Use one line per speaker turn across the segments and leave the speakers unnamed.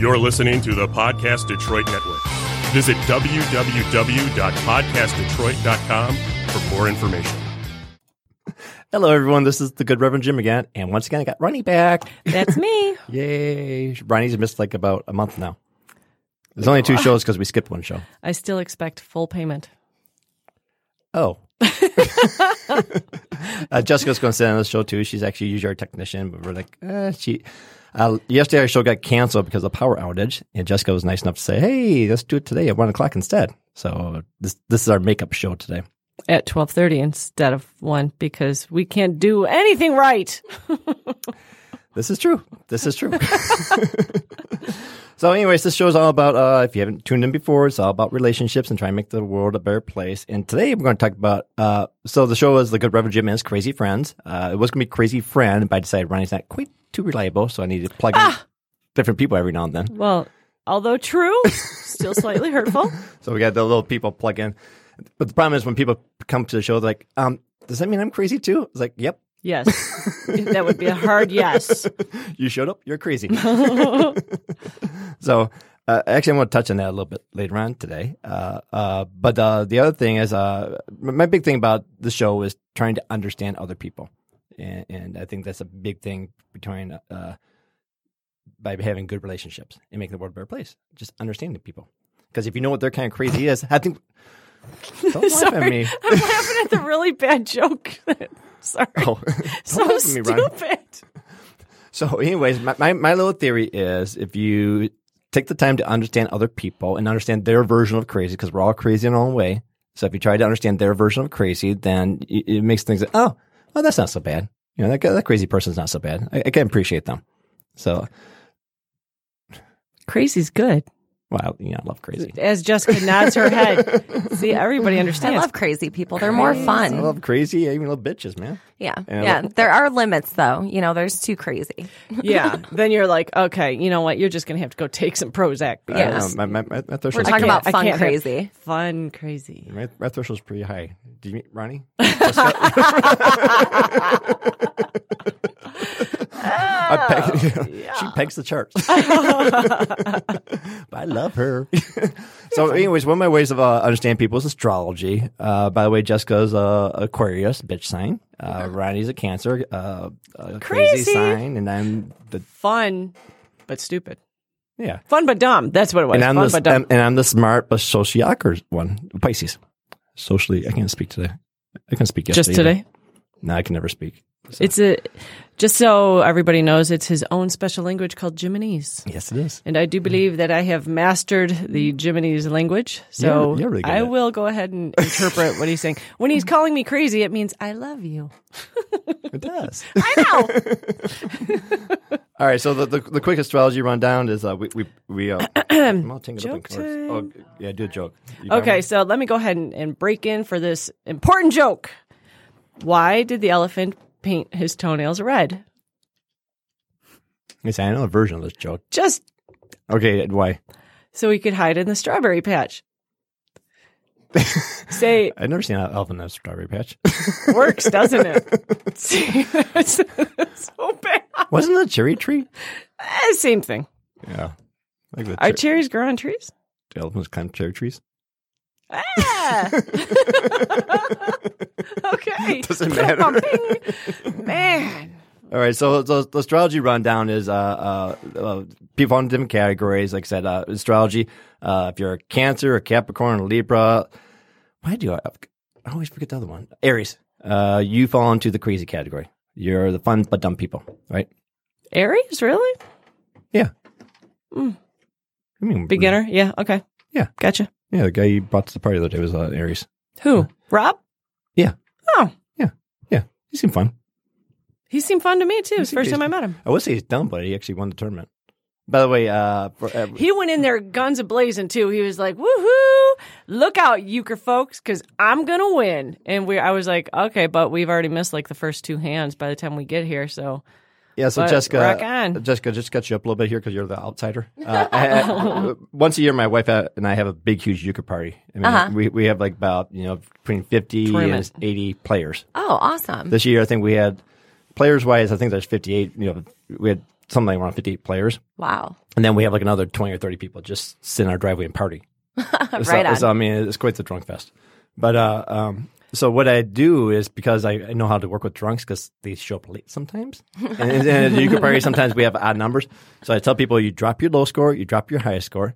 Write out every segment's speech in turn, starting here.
You're listening to the Podcast Detroit Network. Visit www.podcastdetroit.com for more information.
Hello, everyone. This is the good Reverend Jim again. And once again, I got Ronnie back.
That's me.
Yay. Ronnie's missed like about a month now. There's only two shows because we skipped one show.
I still expect full payment.
Oh. uh, Jessica's going to sit on the show too. She's actually usually our technician, but we're like, eh, she. Uh, yesterday, our show got canceled because of power outage, and Jessica was nice enough to say, "Hey, let's do it today at one o'clock instead." So this this is our makeup show today.
At 12:30 instead of 1 because we can't do anything right.
This is true. This is true. so, anyways, this show is all about, uh, if you haven't tuned in before, it's all about relationships and trying to make the world a better place. And today we're going to talk about, uh, so the show is The Good Reverend Jim and His Crazy Friends. Uh, it was going to be Crazy Friend, but I decided Ronnie's not quite too reliable, so I need to plug in different people every now and then.
Well, although true, still slightly hurtful.
So we got the little people plug in. But the problem is when people come to the show, they're like, um, does that mean I'm crazy too? It's like, yep,
Yes. that would be a hard yes.
you showed up, you're crazy. so, uh, actually, I want to touch on that a little bit later on today. Uh, uh, but uh, the other thing is, uh, m- my big thing about the show is trying to understand other people, and, and I think that's a big thing between uh, by having good relationships and making the world a better place. Just understanding people, because if you know what their kind of crazy is, I think. Don't laugh at
Sorry.
me.
I'm laughing at the really bad joke. Sorry.
Oh,
so
don't laugh at me,
stupid.
Ron. So, anyways, my, my, my little theory is if you take the time to understand other people and understand their version of crazy, because we're all crazy in our own way. So, if you try to understand their version of crazy, then it, it makes things like, oh, well, that's not so bad. You know, that, guy- that crazy person's not so bad. I, I can appreciate them. So,
Crazy's good.
well, you know, I love crazy.
As Jessica nods her head. See, everybody understands.
I love crazy people. They're more
I
fun.
love crazy. I even love bitches, man.
Yeah.
Yeah.
Yeah. There are limits though. You know, there's too crazy.
yeah. Then you're like, okay, you know what? You're just going to have to go take some Prozac.
I don't
Yes.
know, my, my, my, my
We're
threshold's
talking
pretty-
about
I
fun
can't have-
crazy.
Fun, crazy.
my, my threshold's pretty high. Do you meet Ronnie? I peg, she pegs the charts. but I love her. so, anyways, one of my ways of uh, understand people is astrology. Uh, by the way, Jessica's uh, Aquarius, bitch sign. Uh, Ronnie's a Cancer, uh, a crazy.
Crazy.
sign, and I'm the
Fun, but stupid.
yeah.
Fun but dumb. That's what it was.
And I'm
Fun
the
but dumb.
and, and I'm the smart but sociocracy one, Pisces. Socially, I can't speak today. I can speak yesterday.
just today.
No, I can never speak.
It's a just so everybody knows it's his own special language called Jiminese.
Yes, it is.
And I do believe that I have mastered the Jiminese language. So
You're- you're really good
I
at it.
will go ahead and interpret what he's saying. When he's calling me crazy, it means I love you.
It does.
I know.
All right, so the, the, the quick astrology rundown is uh, we we we uh, I'm all tangled
Joke
up in chords. Oh, g- yeah, do a joke. You got
Okay,
one?
so let me go ahead and, and break in for this important joke. Why did the elephant paint his toenails red?
Yes, I know a version of this joke.
Just
Okay, why?
so he could hide in the strawberry patch. Say
I've never seen an elf in a strawberry patch.
works, doesn't it? See, that's, that's so bad.
Wasn't it a cherry tree?
Eh, Same thing.
Yeah, like the
Are
cher-
cherries grow on trees?
elephants climb cherry trees.
Ah! okay.
Doesn't matter.
Bing. Man.
All right, so the, the astrology rundown is uh, uh, uh, people in different categories. Like I said, uh, astrology. Uh, if you're a Cancer, a Capricorn, a Libra, why do I, I always forget the other one? Aries. Uh, you fall into the crazy category. You're the fun but dumb people, right?
Aries, really?
Yeah. I mean,
Beginner? Mm. Yeah. Okay.
Yeah.
Gotcha.
Yeah, the guy you brought to the party the other day was uh, Aries.
Who? Rob?
Yeah,
Oh,
yeah, he seemed fun.
he seemed fun to me too. It's the first time I met him.
I would say he's dumb, but he actually won the tournament. By the way, uh, for, uh,
He went in there guns a blazing too. He was like, "Woohoo! Look out, euchre folks, because I'm gonna win." And we, I was like, "Okay, but we've already missed like the first two hands by the time we get here." So
Yeah, so
But
Jessica,
rock on.
Jessica, just cut you up a little bit here because you're the outsider. Uh, I- I- once a year, my wife and I have a big, huge euchre party. I mean, we, we have like about you know between fifty
Uh-huh. Tournament.
and eighty players
Oh, awesome.
this year. I think we had players wise, I think there's fifty eight. You know, we had something like around 58 players.
Wow.
And then we have like another 20 or 30 people just sit in our driveway and party. It's
right
not-
on.
it's- I mean, it's quite the drunk fest. But uh, um, so what I do is because I, I know how to work with drunks because they show up late sometimes, and, and you can probably sometimes we have odd numbers. So I tell people you drop your low score, you drop your highest score,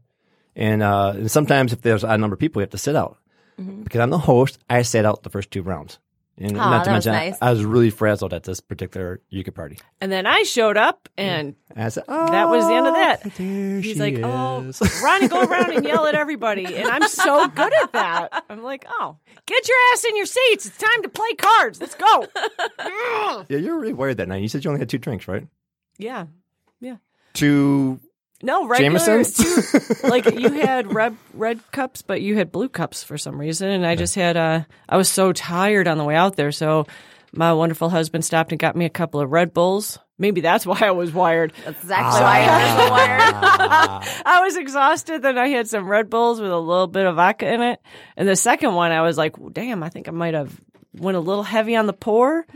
and uh, and sometimes if there's an odd number of people, we have to sit out
Mm-hmm.
because I'm the host. I sat out the first two rounds. And
Aw,
not to
that was
mention,
nice.
I, I was really frazzled at this particular Yuka party.
And then I showed up and
And I said, oh,
That was the end of that.
There
He's
she
like,
is.
oh, Ronnie, go around and yell at everybody. And I'm so good at that. I'm like, oh, get your ass in your seats. It's time to play cards. Let's go.
yeah, you were really worried that night. You said you only had two drinks, right?
Yeah. Yeah.
Two
No, regular.
Jamesons.
like you had red red cups, but you had blue cups for some reason. And I just had uh, I was so tired on the way out there, so my wonderful husband stopped and got me a couple of Red Bulls. Maybe that's why I was wired.
That's exactly why I was wired.
I was exhausted. Then I had some Red Bulls with a little bit of vodka in it. And the second one, I was like, damn, I think I might have went a little heavy on the pour.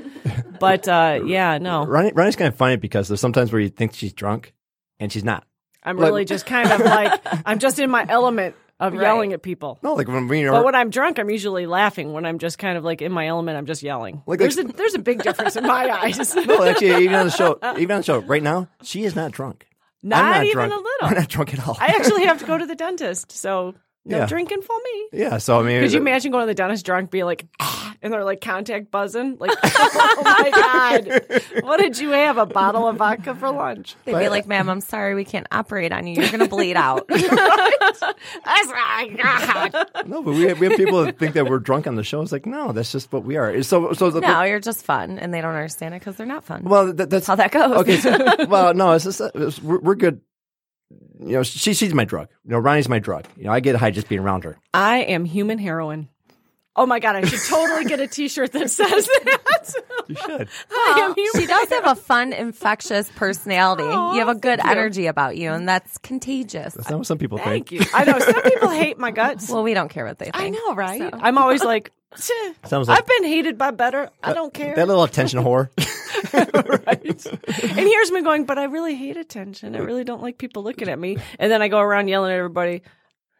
But uh, yeah, no,
Ronnie, Ronnie's kind of funny because there's sometimes where you think she's drunk and she's not.
I'm
Like-
really just kind of like I'm just in my element of
Right.
yelling at people.
No, like when we are.
But when I'm drunk, I'm usually laughing. When I'm just kind of like in my element, I'm just yelling.
Like-
there's a there's a big difference in my eyes.
no, actually, even on the show, even on the show right now, she is not drunk. I'm
Not even
drunk.
a little.
I'm not drunk at all.
I actually have to go to the dentist, so no
Yeah.
drinking for me.
yeah, so I mean,
Could you imagine going to the dentist drunk, being like, "Ah," and they're like contact buzzing, like, oh my god, what did you have? A bottle of vodka for lunch?
They'd be like, ma'am, I'm sorry we can't operate on you. You're going to bleed out.
That's right.
no, but we have, we have people that think that we're drunk on the show. It's like, no, that's just what we are. So, so the,
no, you're just fun. And they don't understand it because they're not fun.
well, that, that's
how that goes.
Okay, so, well, no, it's just, it's, we're, we're good. You know, she, she's my drug. You know, Ronnie's my drug. You know, I get high just being around her.
I am human heroin. Oh my god, I should totally get a T-shirt that says that.
You should.
I am human.
she does have a fun, infectious personality. you have a good
thank you.
energy about you, and that's contagious.
That's not what some people
Thank
think.
you. I know some people hate my guts.
Well, we don't care what they think.
I know, right? I'm always like, "Tch,
Sounds like- Uh,
I've been hated by better. I don't care.
That little attention whore.
and here's me going, but I really hate attention. I really don't like people looking at me. And then I go around yelling at everybody.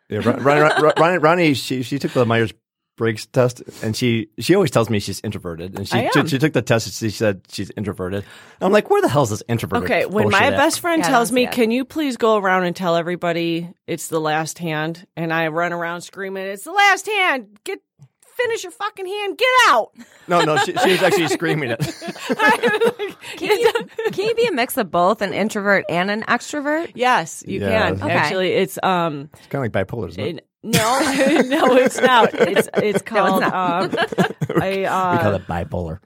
Yeah, Ron- Ron- Ron- Ron- Ronnie, Ronnie, she she took the Myers Briggs test, and she she always tells me she's introverted, and
I
she
am.
she, she took the test, and she said she's introverted. I'm like, where the hell is this introverted?
Okay, when
bullshit
my
at?
best friend
Yeah,
tells
that's
me,
it.
"Can you please go around and tell everybody it's the last hand?" and I run around screaming, "It's the last hand! Get finish your fucking hand! Get out!"
no, no, she, she was actually screaming it.
Can you, can you be a mix of both an introvert and an extrovert?
yes, you
Yeah.
can.
Okay.
Actually, it's um,
It's kind of like bipolar, isn't it?
it- no, no, it's not. It's it's called um, a
we call
uh,
it bipolar.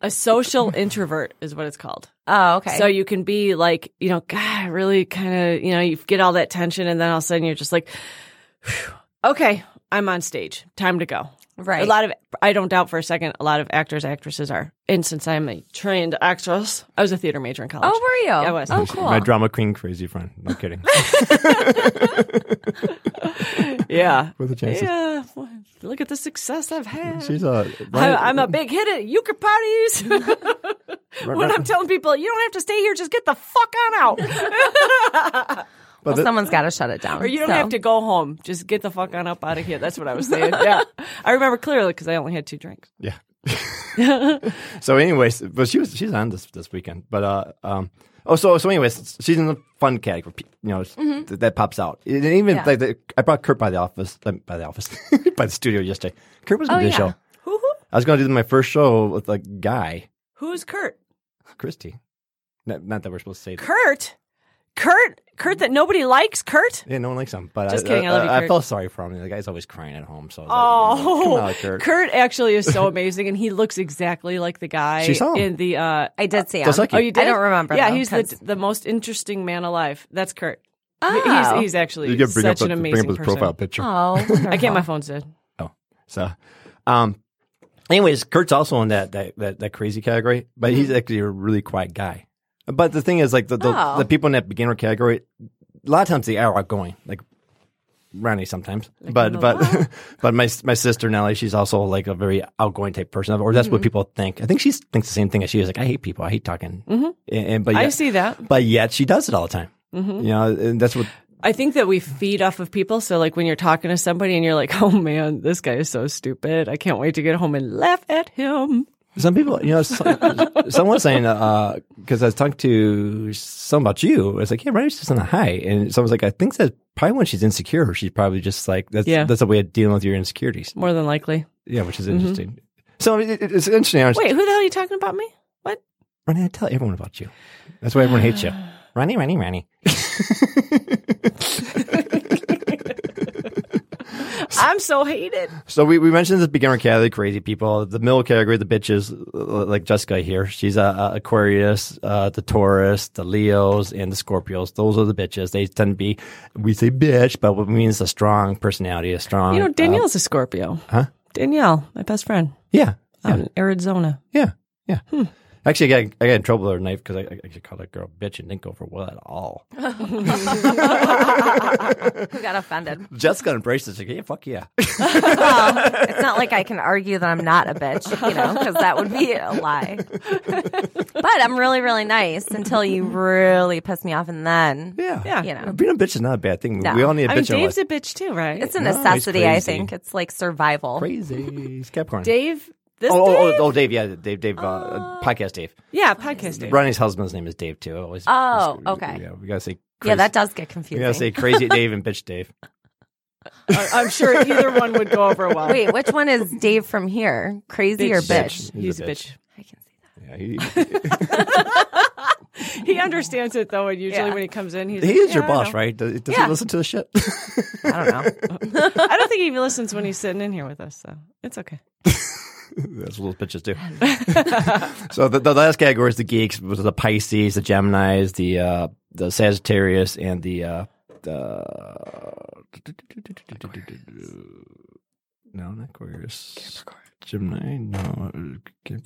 a social introvert is what it's called.
Oh, okay.
So you can be like, you know, God, really kind of, you know, you get all that tension, and then all of a sudden you're just like, "Phew, okay, I'm on stage, time to go.
Right.
A lot of, I don't doubt for a second, a lot of actors, actresses are. And since I'm a trained actress, I was a theater major in college.
oh, were you?
I was.
Oh, cool.
My drama queen, crazy friend. No kidding.
Yeah.
With the chances,
Yeah. Well, Look at the success I've had.
she's a. Ronnie,
I, I'm a big hit at euchre parties. when I'm telling people, you don't have to stay here, just get the fuck on out.
well, someone's got to shut it down.
Or you don't
so.
have to go home. Just get the fuck on up out of here. That's what I was saying. Yeah. I remember clearly because I only had two drinks.
Yeah. so, anyways, but she was she's on this this weekend. But uh, um, oh, so so anyways, she's in the fun category. You know,
Mm-hmm.
th- that pops out. And even
Yeah.
like the, I brought Kurt by the office um, by the office by the studio yesterday. Kurt was
Oh,
going to do
yeah.
the show.
Who who?
I was going to do my first show with a guy,
Who's Kurt?
Christy. Not, not that we're supposed to say. That.
Kurt? Kurt? Kurt that nobody likes? Kurt?
Yeah, no one likes him. But
Just
I,
kidding, I love you,
I,
Kurt.
felt sorry for him. The guy's always crying at home. So I was like,
Oh,
come on, Kurt.
actually is so amazing, and he looks exactly like the guy
She saw him.
in the. Uh,
I did see him.
Just like you.
oh, you did?
I don't remember,
Yeah,
though,
he's
'cause-
the, the most interesting man alive. That's Kurt. He-
Oh.
He's, he's actually
You gotta bring
such
up
an
the, bring
amazing
up his
person.
profile picture.
Oh, wonderful.
I can't. My phone's dead.
Oh, so, um, anyways, Kurt's also in that that that, that crazy category, but he's
Mm-hmm.
actually a really quiet guy. But the thing is, like the the,
Oh.
the people in that beginner category, a lot of times they are outgoing. Like Ronnie sometimes,
Like
but
I'm a
but
what?
but my my sister Nellie, she's also like a very outgoing type person, or that's
Mm-hmm.
what people think. I think she thinks the same thing as she is. Like I hate people, I hate talking, and, and- but
Mm-hmm. I
yet,
see that. Mm-hmm.
but yet she does it all the time. You know, and that's what
I think that we feed off of people. So, like, when you're talking to somebody and you're like, oh man, this guy is so stupid. I can't wait to get home and laugh at him.
Some people, you know, so, someone was saying, because I was talking to someone about you, I was like, yeah, Riley's just on a high. And someone's like, I think that's probably when she's insecure. She's probably just like, that's,
Yeah.
that's a way of dealing with your insecurities.
More than likely.
Yeah, which is interesting. So it, it- it's interesting. I was,
Wait, who the hell are you talking about me? What?
Ronnie, I tell everyone about you. That's why everyone hates you. Ronnie, Ronnie, Ronnie.
I'm so hated.
So we, we mentioned the beginner category, crazy people, the middle category, the bitches, uh, like Jessica here. She's a, a Aquarius, uh, the Taurus, the Leos, and the Scorpios. Those are the bitches. They tend to be, we say bitch, but what it means a strong personality, a strong.
You know,
uh,
Danielle's a Scorpio. Huh? Danielle, my best friend
yeah,
out in Arizona.
yeah, yeah. Actually, I got, I got in trouble the other night because I, I actually called that girl bitch and didn't go for well at all.
Who got offended?
Jessica embraced it. She's like, yeah, fuck yeah.
Well, it's not like I can argue that I'm not a bitch, you know, because that would be a lie. But I'm really, really nice until you really piss me off, and then
yeah.
Yeah.
you know,
Being a bitch is not a bad thing.
No.
We all need a
I
bitch
mean,
in our life.
Dave's a bitch too, right?
it's a
No, he's
necessity. I
crazy.
think it's like survival.
crazy. He's Capricorn.
Dave, this
Oh, oh,
Dave?
oh, oh, Dave, yeah, Dave, Dave, uh, podcast Dave.
yeah, podcast Dave.
Ronnie's husband's name is Dave too. I Always.
Oh,
we-
okay.
Yeah, we gotta say. Crazy,
Yeah, that does get
We
confusing.
gotta say crazy Dave and bitch Dave.
I- I'm sure either one would go over well.
Wait, which one is Dave from here? Crazy or bitch?
Bitch. He's
He's
a
a bitch.
I can see that.
Yeah, he,
He understands it though, and usually
Yeah.
when he comes in, he's
he
like,
is your
"Yeah, I
boss,
know."
right? Does, does
Yeah.
he listen to the shit?
I don't know.
I don't think he even listens when he's sitting in here with us, so it's okay.
That's little bitches too. so the, the last category is the geeks, which is the Pisces, the Gemini's, the uh, the Sagittarius, and the uh, the no, not Aquarius. Gemini, no. uh, The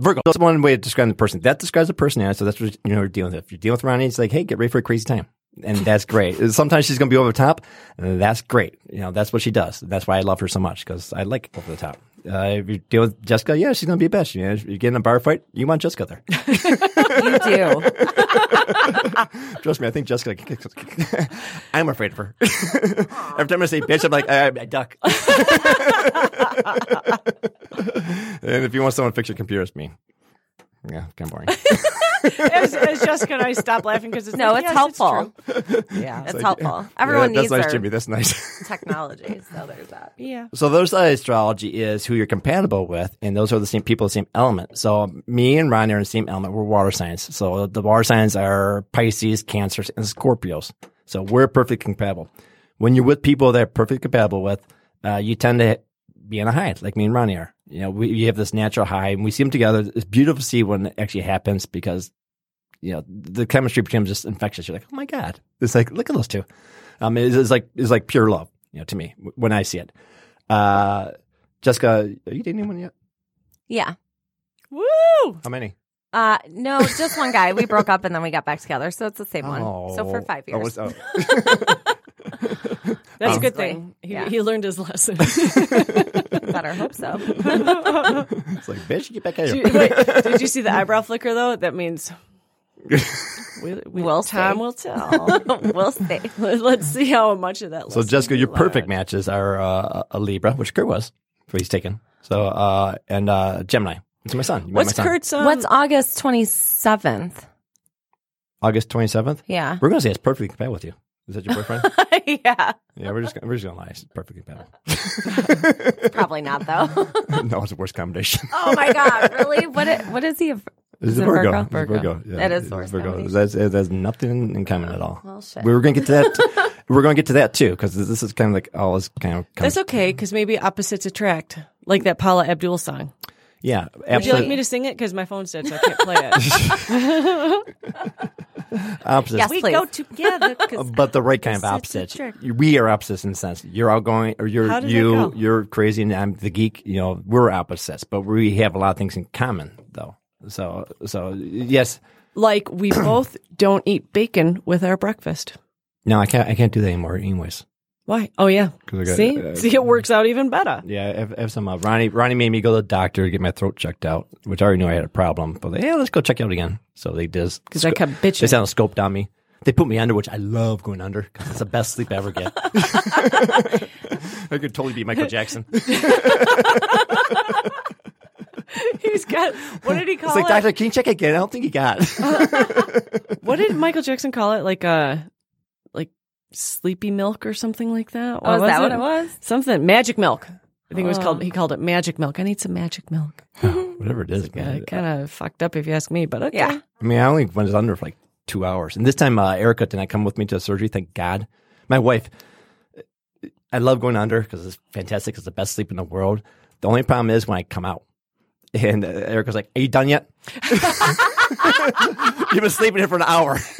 Virgo. That's one way of describing the person. That describes the personality. So that's what you know, you're dealing with. If you're dealing with Ronnie, it's like, hey, get ready for a crazy time. And that's great. And Sometimes she's going to be over the top. And that's great. You know, that's what she does. That's why I love her so much because I like over the top. Uh, if you deal with Jessica, yeah, she's going to be a bitch. You know, if you get in a bar fight, you want Jessica there.
You do.
Trust me, I think Jessica. I'm afraid of her. Every time I say bitch, I'm like I, I duck. and if you want someone to fix your computer, it's me. Yeah, kind of boring.
As, as Jessica and I stop laughing because it's
No,
like,
it's
yes,
helpful.
yeah,
It's helpful. Everyone
Yeah,
needs
that's nice,
their
Jimmy. That's nice.
technology. So there's that.
yeah.
so those side astrology is who you're compatible with, and those are the same people, the same element. So me and Ron are in the same element. We're water signs. So the water signs are Pisces, Cancers, and Scorpios. So we're perfectly compatible. When you're with people that are perfectly compatible with, uh, you tend to be in a high, like me and Ronnie are. You know, we you have this natural high, and we see them together. It's beautiful to see when it actually happens because you know the chemistry becomes just infectious. You're like, oh my god, it's like look at those two. Um, it's, it's like it's like pure love, you know, to me w- when I see it. Uh, Jessica, are you dating anyone yet?
Yeah.
Woo!
How many?
Uh, no, just one guy. We broke up and then we got back together. So it's the same one. So for five
Oh,
years.
it's- oh.
That's a good
Basically,
thing. He,
yeah.
he learned his lesson.
Better hope so.
it's like, bitch, get back out of
Did
here.
you- wait, did you see the eyebrow flicker though? That means we, we,
We'll
time
see.
will tell.
we'll see.
Let's see how much of that.
So,
lesson
Jessica,
we
your
learned.
perfect matches are uh, a Libra, which Kurt was, what he's taken. So, uh, and uh, Gemini. It's my son. You met
What's
my son.
Kurt's? Um,
What's August 27th?
August twenty seventh.
Yeah.
We're gonna say it's perfectly compatible with you. Is that your boyfriend?
yeah.
yeah, we're just gonna, we're just gonna lie. It's perfectly compatible.
Probably not, though.
no, it's the worst combination.
oh, my God. Really? What? i- what is he? a-
It's
it
a Virgo.
Virgo?
It's a
Virgo.
Virgo. Yeah,
That is
it's
the worst
Virgo.
combination.
That's, it has nothing in common at all.
well, shit.
We were going to get to that. we were going to get to that too because this is kind of like all is kind of. Comes,
That's okay because maybe opposites attract, like that Paula Abdul song.
yeah,
Would you like
absolutely.
me to sing it? Because my phone said so I can't play it.
opposites.
Yes, please.
together. 'cause-
But the right kind of
Opposites
opposites.
attract.
We are opposites in the sense you're outgoing, or you're
How did that
you
go?
you're crazy, and I'm the geek. You know, we're opposites, but we have a lot of things in common, though. So so yes,
like we both don't eat bacon with our breakfast.
No, I can't. I can't do that anymore. Anyways,
Why? Oh yeah.
'Cause I got-
See,
uh,
see, it works out even better.
yeah, I have, I have some. Uh, Ronnie, Ronnie made me go to the doctor to get my throat checked out, which I already knew I had a problem. But they, yeah, let's go check it out again. So they did.
Because I kept
They
bitching.
sound scoped on me. They put me under, which I love going under because it's the best sleep I ever get. I could totally be Michael Jackson. It's
He's got. What did he call
like,
it?
Doctor, can you check again? I don't think he got.
What did Michael Jackson call it? Like uh like sleepy milk or something like that.
Oh, is
was
that what it was?
Something magic milk. I think it was
Oh.
called. He called it magic milk. I need some magic milk.
Oh, Whatever it is,
Yeah,
man.
kind of fucked up if you ask me, but okay.
Yeah.
I mean, I only went under for like two hours. And this time, uh, Erica did not come with me to the surgery. Thank God. My wife, I love going under because it's fantastic. It's the best sleep in the world. The only problem is when I come out. And uh, Erica's like, Are you done yet? You've been sleeping here for an hour.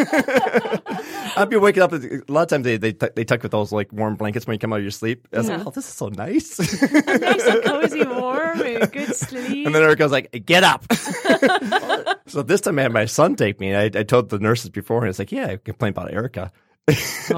I'd be waking up. A lot of times they, they, tuck- they tuck with those like warm blankets when you come out of your sleep. I was like, oh, this is so nice.
nice and cozy, warm, and good sleep.
And then Erica was like, get up. so this time I had my son take me. And I, I told the nurses before, and it's like, yeah, I complained about Erica.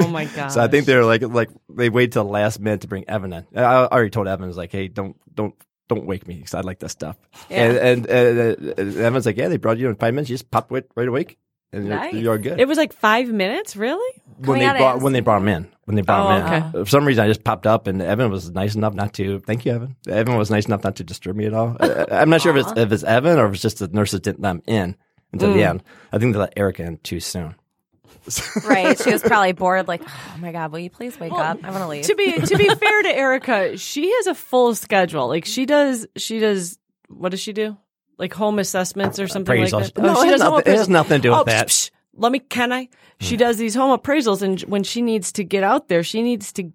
oh my god!
So I think they're like, like they wait till the last minute to bring Evan in. And I already told Evan, I was like, hey, don't, don't, don't wake me because I like this stuff. And, and, uh, uh, Evan's like, yeah, they brought you in five minutes. You just popped right, right awake. And you're-
Nice.
you're, good.
it was like five minutes, really.
when
Coming
they
out of
brought when they brought him in, when they brought
Oh,
him in, for some reason I just popped up, and Evan was nice enough not to. Thank you, Evan. Evan was nice enough not to disturb me at all. I, I'm not sure if it's if it's Evan or if it's just the nurses didn't let him in until
Mm.
the end. I think they let Erica in too soon.
Right. She was probably bored, like, oh my God, will you please wake up? I want to leave.
to be to be fair to Erica, she has a full schedule. Like she does, she does. What does she do? Like home assessments or something like
Appraisals.
that. Oh,
No, it
she
has
does home
nothing- it has
appraisals.
nothing to do with
Oh,
that. Hmm.
psh, psh, let me. Can I? She does these home appraisals, and when she needs to get out there, she needs to.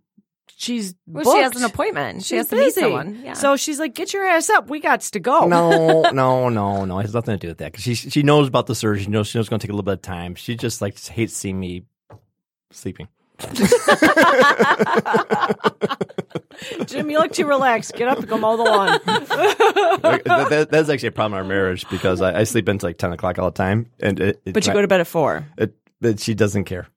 She's
Well,
booked.
she has an appointment. She
She's
has to
busy.
meet someone. Yeah.
So she's like, "Get your ass up. We got to go."
No, no, no, no. It has nothing to do with that because she she knows about the surgery. She knows she knows it's going to take a little bit of time. She just like hates seeing me sleeping.
Jim, you look too relaxed. Get up and go mow the lawn.
Like, that, that- that's actually a problem in our marriage because I, I sleep until like ten o'clock all the time, and it, it-
But you go to bed at four.
it, that she doesn't care.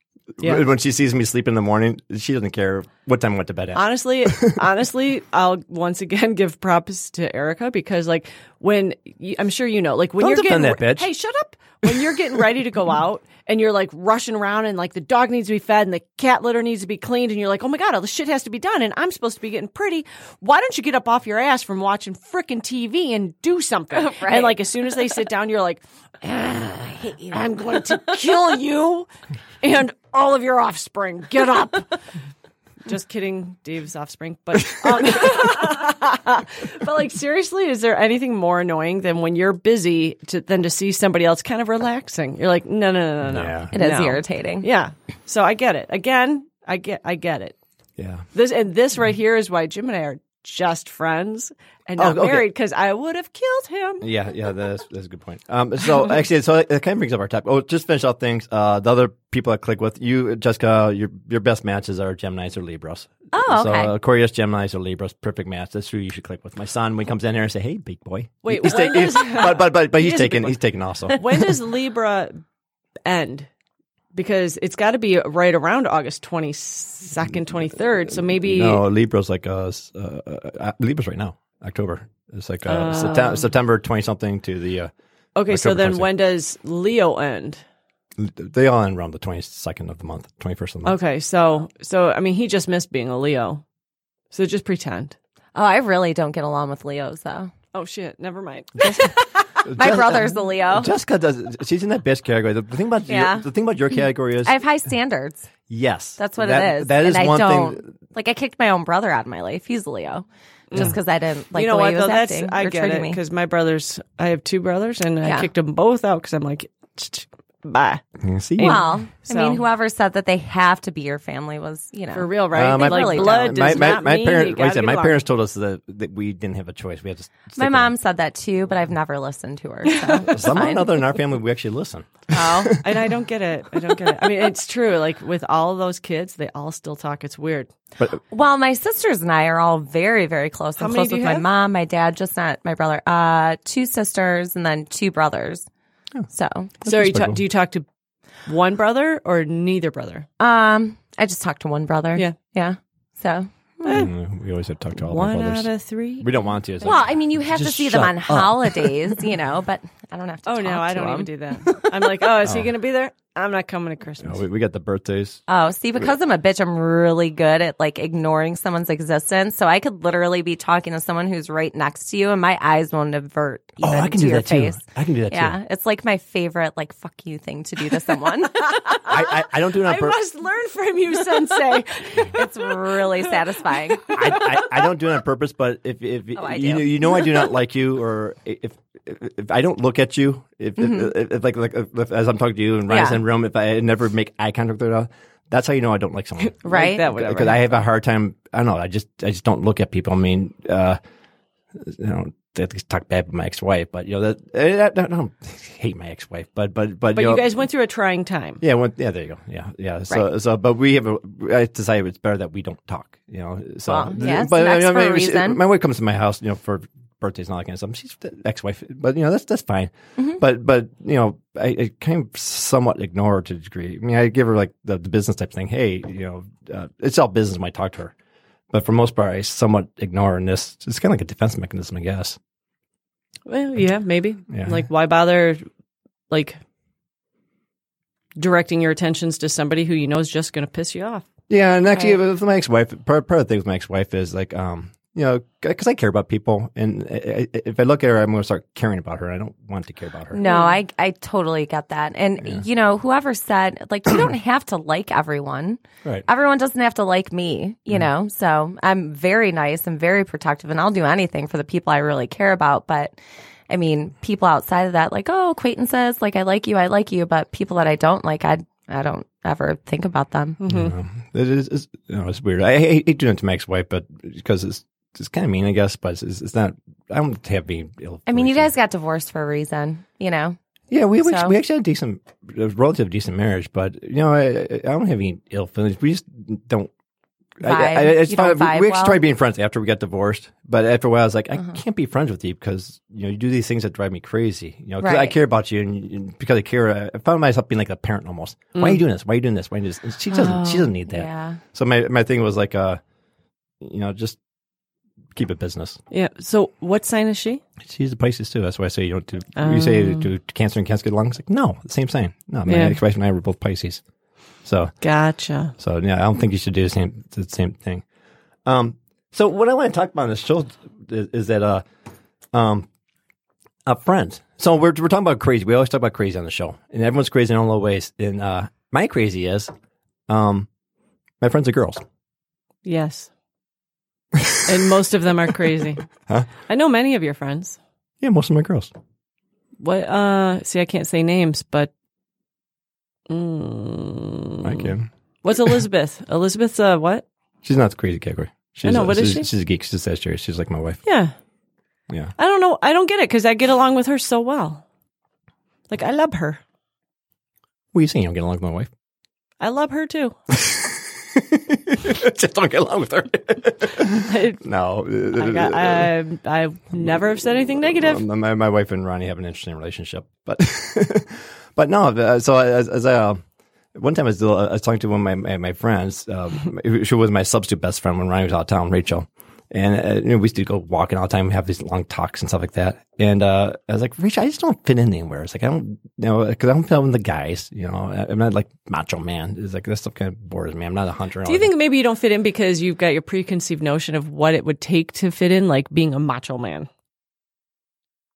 Yeah.
When she sees me sleep in the morning, she doesn't care what time I went to bed at.
honestly honestly i'll once again give props to erica because like when you, i'm sure you know like when
Don't
you're getting
defend that bitch.
hey shut up when you're getting ready to go out and you're like rushing around and like the dog needs to be fed and the cat litter needs to be cleaned and you're like oh my god all this shit has to be done and i'm supposed to be getting pretty why don't you get up off your ass from watching frickin' tv and do something and like as soon as they sit down you're like i'm going to kill you and all of your offspring get up just kidding, Dave's offspring. But um, but like seriously, is there anything more annoying than when you're busy to, than to see somebody else kind of relaxing? You're like, no, no, no, no, no.
Yeah.
it is
No.
irritating.
Yeah. So I get it. Again, I get, I get it.
yeah.
This and this
Mm.
right here is why Jim and I are just friends and not
Oh, okay.
married because I would have killed him.
Yeah, yeah, that's that's a good point. Um, so actually, so that kind of brings up our topic. Oh, just finish off things. Uh, the other people I click with, you, Jessica, your your best matches are Gemini's or Libras.
Oh, okay.
So uh, Aquarius, Gemini's, or Libras, perfect match. That's who you should click with. My son, when he comes in here, and say, "Hey, big boy."
Wait,
he's
when
taking,
is-
but but but but he's
is a big
taken
boy.
he's taken also.
When does Libra end? Because it's got to be right around August twenty second, twenty third. So maybe
No, Libra's like uh, s- uh, uh, uh, Libra's right now, October. It's like uh,
Oh.
September September twenty something to the. Uh,
Okay, so
October
then
22nd.
when does Leo end?
they all end around the twenty second of the month, twenty first of the month.
Okay, so so I mean he just missed being a Leo. So just pretend.
Oh, I really don't get along with Leos, though.
Oh shit, never mind.
My brother's a Leo.
Jessica does. She's in that bitch category. The thing about
Yeah.
your, the thing about your category is
I have high standards.
yes.
That's what
That-
it is.
That is
and
one
I don't,
thing.
Like, I kicked my own brother out of my life. He's a Leo.
Mm.
Just because I didn't like
you know
the
what
way he was
though? That's
acting.
I
or
get
treating
it
me.
because my brothers. I have two brothers, and I
Yeah.
kicked them both out because I'm like, tch, tch, bye
You see,
Well, I
So-
mean, whoever said that they have to be your family was, you know,
for real, right?
Uh, my,
like
really
blood
don't.
my,
does
my,
not
my
mean
parents,
you
like I
gotta
said,
get
my
along.
parents told us that, that we didn't have a choice. We had to.
My
stick
mom said that too, but I've never listened to her. So
with it. Somehow or another in our family, we actually listen.
oh,
and I don't get it. I don't get it. I mean, it's true. Like with all those kids, they all still talk. It's weird.
But
well, my sisters and I are all very, very close. I'm
many
close
do
with
you
my
have?
mom, my dad, just not my brother. Uh, two sisters and then two brothers. So
Oh.
So you ta-
respectable.
do you talk to One brother or neither brother?
Um, I just talked to one brother.
Yeah.
yeah. So,
We always have to talk to all
One
of our
out
brothers.
of three.
We don't want to. As
well, I mean, you have to
Just
see them
shut
on
up.
holidays, you know, but I don't have to.
Oh
talk
no, I
to
don't even
'em.
do that. I'm like, oh, is he going to be there? I'm not coming to Christmas.
No, we, we got the birthdays.
Oh, see, because I'm a bitch, I'm really good at like ignoring someone's existence. So I could literally be talking to someone who's right next to you, and my eyes won't avert.
Oh,
Even to your face.
I can do that
Yeah, it's like my favorite, like fuck you thing to do to someone.
I, I, I don't do it on
I
purpose.
must learn from you, Sensei.
it's really satisfying.
I, I, I don't do it on purpose, but if if
Oh, I
you
do.
know, you know I do not like you, or if if, if I don't look at you, if, if, if, like like if, as I'm talking to you and Ryan's in
Mm-hmm. Yeah.
the room, if I never make eye contact with her, that's how you know I don't like someone.
Right?
that whatever.
Because I have a hard time. I don't know. I just I just don't look at people. I mean, uh, you know, they just talk bad about my ex-wife, but you know that I don't, I don't hate my ex-wife, but but but,
but
you,
you
know,
guys went through a trying time.
yeah, well, yeah. There you go. Yeah, yeah. So, so, but we have. A, I decided it's better that we don't talk. You know. So,
Well, yeah, it's
but
next for a
she-
reason.
my wife comes to my house, you know, for birthdays and all that kind of stuff. She's the ex-wife, but you know, that's that's fine.
Mm-hmm.
But but you know, I, I kind of somewhat ignore her to a degree. I mean, I give her like the, the business type thing. Hey, you know, uh, it's all business when I talk to her. But for most part, I somewhat ignore her, and this it's kind of like a defense mechanism, I guess.
Well, yeah, maybe.
Yeah.
Like, why bother, like, directing your attentions to somebody who you know is just going to piss you off?
Yeah, and actually, with my ex-wife, part, part of the thing with my ex-wife is like, um, you know, because I care about people, and I, I, if I look at her, I'm going to start caring about her. I don't want to care about her.
No, I I totally get that. And you know, whoever said like you don't have to like everyone.
Right.
Everyone doesn't have to like me, you know. So I'm very nice and very protective and I'll do anything for the people I really care about, but I mean, people outside of that like, oh, acquaintances, like I like you, I like you, but people that I don't like, I I don't ever think about them.
Um, It is, it's, you know, it's weird. I hate, hate doing it to my ex-wife, but because it's it's kind of mean, I guess. But it's, it's not. I don't have any ill.
I mean, you
feelings.
guys got divorced for a reason, you know.
Yeah, we we,
So-
we actually had a decent, a relative decent marriage, but you know, I, I I don't have any ill feelings. We just don't. I, I,
Vibe.
it's
You don't
fine.
vibe
we, we actually
well? Uh-huh.
tried being friends after we got divorced, but after a while, I was like, I can't be friends with you because you know you do these things that drive me crazy. You know, 'cause I
Right.
care about you, and, and because I care, I- I found myself being like a parent almost. Why are you doing this? Why are you doing this? Why are you doing this? And she doesn't. she doesn't need that.
Mm. Oh, yeah.
So my my thing was like, uh, you know, just keep it business.
Yeah. So, what sign is she?
She's the Pisces too. That's why I say you don't do. you say do Cancer and Cancer get along? It's like no, same sign. No, my
Oh. Yeah.
ex-wife and I were both Pisces. So
Gotcha.
so yeah, I don't think you should do the same the same thing. Um, so what I want to talk about in this show is, is that uh, um, a friend. So we're we're talking about crazy. We always talk about crazy on the show, and everyone's crazy in all their ways. And uh, my crazy is, um, my friends are girls.
Yes. and most of them are crazy. I know many of your friends.
Yeah, most of my girls.
What? Uh, see, I can't say names, but. Mm,
I can.
What's Elizabeth? Elizabeth's uh, what?
She's not the crazy category. She's
know,
a,
what is
she's,
she?
She's a geek. She's that serious. She's like my wife.
Yeah.
Yeah.
I don't know. I don't get it because I get along with her so well. Like I love her.
What are you saying? You don't get along with my wife?
I love her too.
Just don't get along with her.
I,
no. uh,
I, got, I, I never have said anything negative.
Um, my, my wife and Ronnie have an interesting relationship, but but no. uh, So as, as I, uh, one time I was, uh, I was talking to one of my my, my friends. Um, who- she was my substitute best friend when Ronnie was out of town, Rachel. And uh, you know, we used to go walking all the time, have these long talks and stuff like that. And uh, I was like, Rachel, I just don't fit in anywhere. It's like I don't, you know, because I don't fit in with the guys. You know, I- I'm not like macho man. It's like this stuff kind of bores me. I'm not a hunter. and
Do
all
you
that.
think maybe you don't fit in because you've got your preconceived notion of what it would take to fit in, like being a macho man?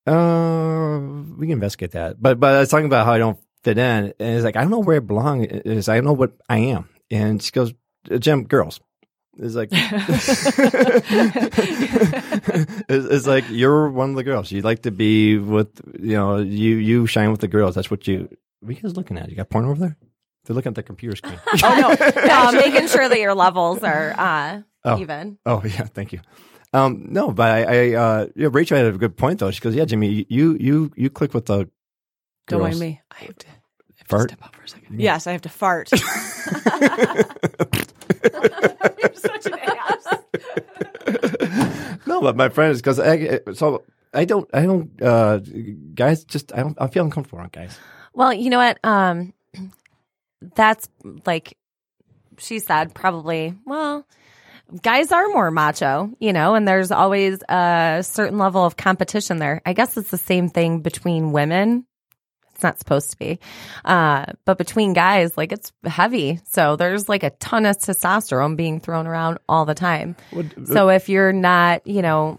Uh, we can investigate that. But but I was talking about how I don't fit in, and it's like I don't know where I belong. Is I don't know what I am. And she goes, "Uh, Jim, girls. It's like it's, it's like you're one of the girls. You like to be with you know you you shine with the girls. That's what you. What are you guys looking at? You got porn over there? They're looking at the computer screen.
Oh, No, making sure that your levels are uh, even.
Oh yeah, thank you. Um, no, but I, I uh, yeah, Rachel had a good point though. She goes, "Yeah, Jimmy, you you you click with the
Don't
Girls.
mind me. I have to, I have
Fart?
to step out for a second. Yes, I have to fart.
no." But my friend is because I eh, so I don't I don't uh, guys just I don't I feel uncomfortable on guys.
Well, you know what? Um, that's like she said probably well guys are more macho you know and there's always a certain level of competition there i guess it's the same thing between women it's not supposed to be uh, but between guys like it's heavy so there's like a ton of testosterone being thrown around all the time so if you're not you know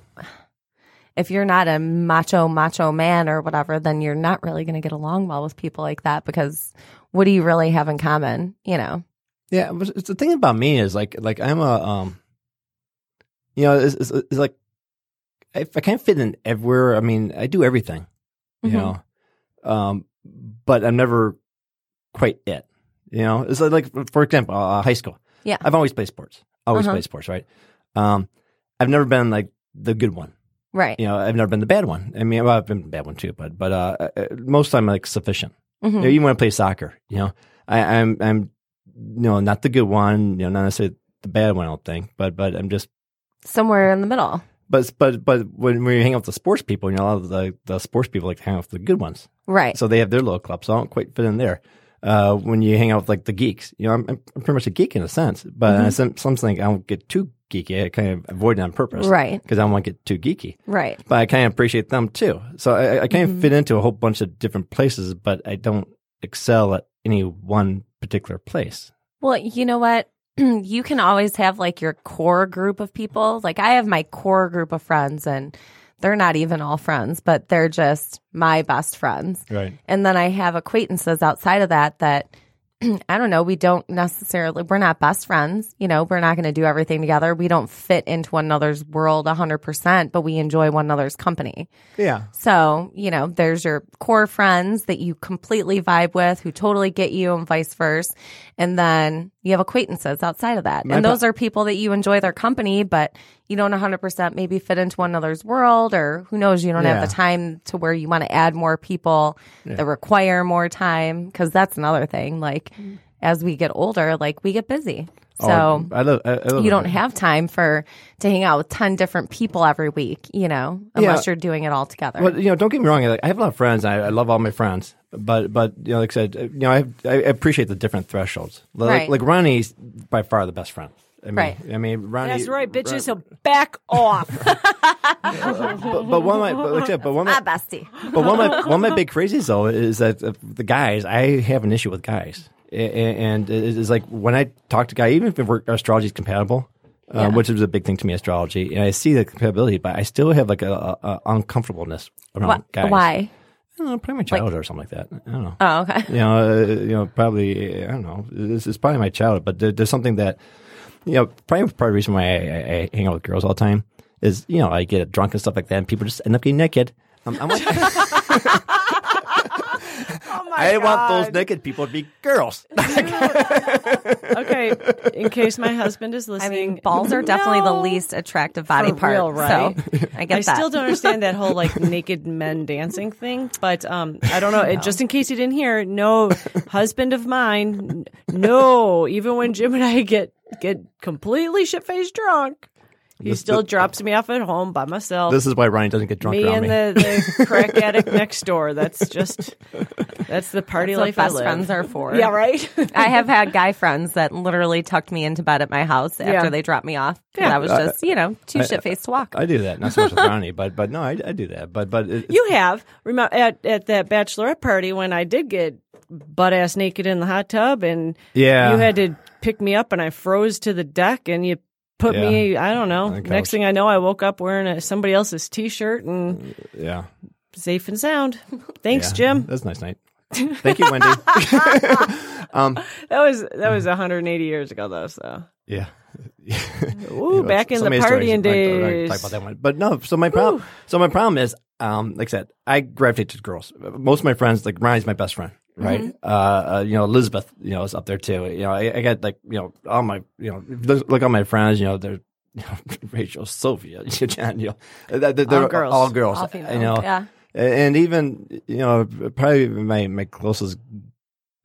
if you're not a macho macho man or whatever then you're not really going to get along well with people like that because what do you really have in common you know
Yeah, but it's the thing about me is like like I'm a um, you know, it's, it's, it's like I, I can't fit in everywhere. I mean, I do everything, you
Mhm.
know, um, but I'm never quite it. You know, it's like, like, for example, uh, high school.
Yeah.
I've always played sports. Always
Uh-huh.
played sports, right? Um, I've never been like the good one.
right
You know, I've never been the bad one. I mean, well, I've been the bad one too, but but uh, uh, most time like sufficient.
Mhm.
You know, even when I play soccer, you know, I, I'm I'm you know not the good one, you know, not necessarily the bad one. I don't think, but but I'm just
somewhere in the middle
but but but when, when you hang out with the sports people, you know, a lot of the, the sports people like to hang out with the good ones,
right
so they have their little club. So I don't quite fit in there. Uh, when you hang out with like the geeks, you know, I'm, I'm pretty much a geek in a sense, but
Mm-hmm.
I some some think I don't get too geeky. I kind of avoid it on purpose,
Right.
Because I don't want to get too geeky
right
but I kind of appreciate them too. So I, I
Mm-hmm.
kind of fit into a whole bunch of different places, but I don't excel at any one particular place.
Well, you know what? you can always have like your core group of people. Like I have my core group of friends and they're not even all friends, but they're just my best friends.
Right.
And then I have acquaintances outside of that that I don't know, we don't necessarily we're not best friends, you know, we're not going to do everything together. We don't fit into one another's world 100%, but we enjoy one another's company.
Yeah.
So, you know, there's your core friends that you completely vibe with who totally get you and vice versa. And then you have acquaintances outside of that.
My
and
pa-
those are people that you enjoy their company, but you don't 100% maybe fit into one another's world or who knows, you don't
Yeah.
have the time to where you want to add more people that require more time. Cause that's another thing. Like
Mm.
as we get older, like we get busy.
Oh,
So
I love. I, I love
you don't have time for to hang out with 10 different people every week, you know,
Yeah.
unless you're doing it all together.
Well, you know, don't get me wrong. I, I have a lot of friends. and I, I love all my friends, but but you know, like I said, uh, you know, I, have, I appreciate the different thresholds. Like,
Right.
like Ronnie's by far the best friend. I mean,
Right.
I mean, Ronnie.
That's right, bitches. So back off.
But, but one of my, but like I said, but one of
Ah,
my,
bestie.
but one of my one of my big crazies though is that uh, the guys I have an issue with guys, A- a- and it's like when I talk to guy, even if we're- astrology is compatible, uh, which is a big thing to me, astrology, and I see the compatibility, but I still have like a, a, a uncomfortableness around
Wha-
Oh, guys.
Why?
I don't know, probably my childhood or something like that. I don't know.
Oh, okay.
you know, uh, you know, probably I don't know. This is probably my childhood, but there, there's something that you know, probably part of the reason why I, I, I hang out with girls all the time is you know I get drunk and stuff like that, and people just end up getting naked. Um, I'm like,
Oh
I want those naked people to be girls.
Okay, in case my husband is
I
listening,
mean, balls are definitely the
No.
least attractive body
For
part.
real, right?
So I get
I
that.
still don't understand that whole like naked men dancing thing, but um, I don't know. It- Just in case you didn't hear, no husband of mine, n- no. Even when Jim and I get get completely shit faced drunk, he
This-
still
thi-
drops me off at home by myself.
This is why Ryan doesn't get drunk
me
around
and
me.
the, the crack addict next door. That's just that's the party
That's what
life I
best
live.
friends are for.
yeah, right.
I have had guy friends that literally tucked me into bed at my house after
Yeah.
they dropped me off. Yeah. I was just, you know, too shit faced to walk.
I do that, not so much with Ronnie, but but no, I, I do that. But but it,
You have remember at, at that bachelorette party when I did get butt ass naked in the hot tub and
Yeah.
you had to pick me up and I froze to the deck and you put me I don't know
the couch.
next thing I know I woke up wearing a, somebody else's t-shirt and
yeah,
safe and sound. Thanks
yeah.
Jim.
That's a nice night. Thank you, Wendy.
That was that was 180 years ago though so.
yeah.
Ooh,
know,
back in
so
the
many stories.
partying
I- I- I
days.
talk about that one. But no, so my problem. So my problem is, um, like I said, I gravitate to girls. Most of my friends, like Ryan's my best friend, right?
Mm-hmm.
Uh, uh, you know, Elizabeth, you know, is up there too. You know, I, I got like, you know, all my, you know, look, look at my friends. You know, they're. You know, Rachel, Sophia, Jan, you know, they're, they're all
girls.
all girls,
All female,
you know,
yeah.
and even you know, probably my my closest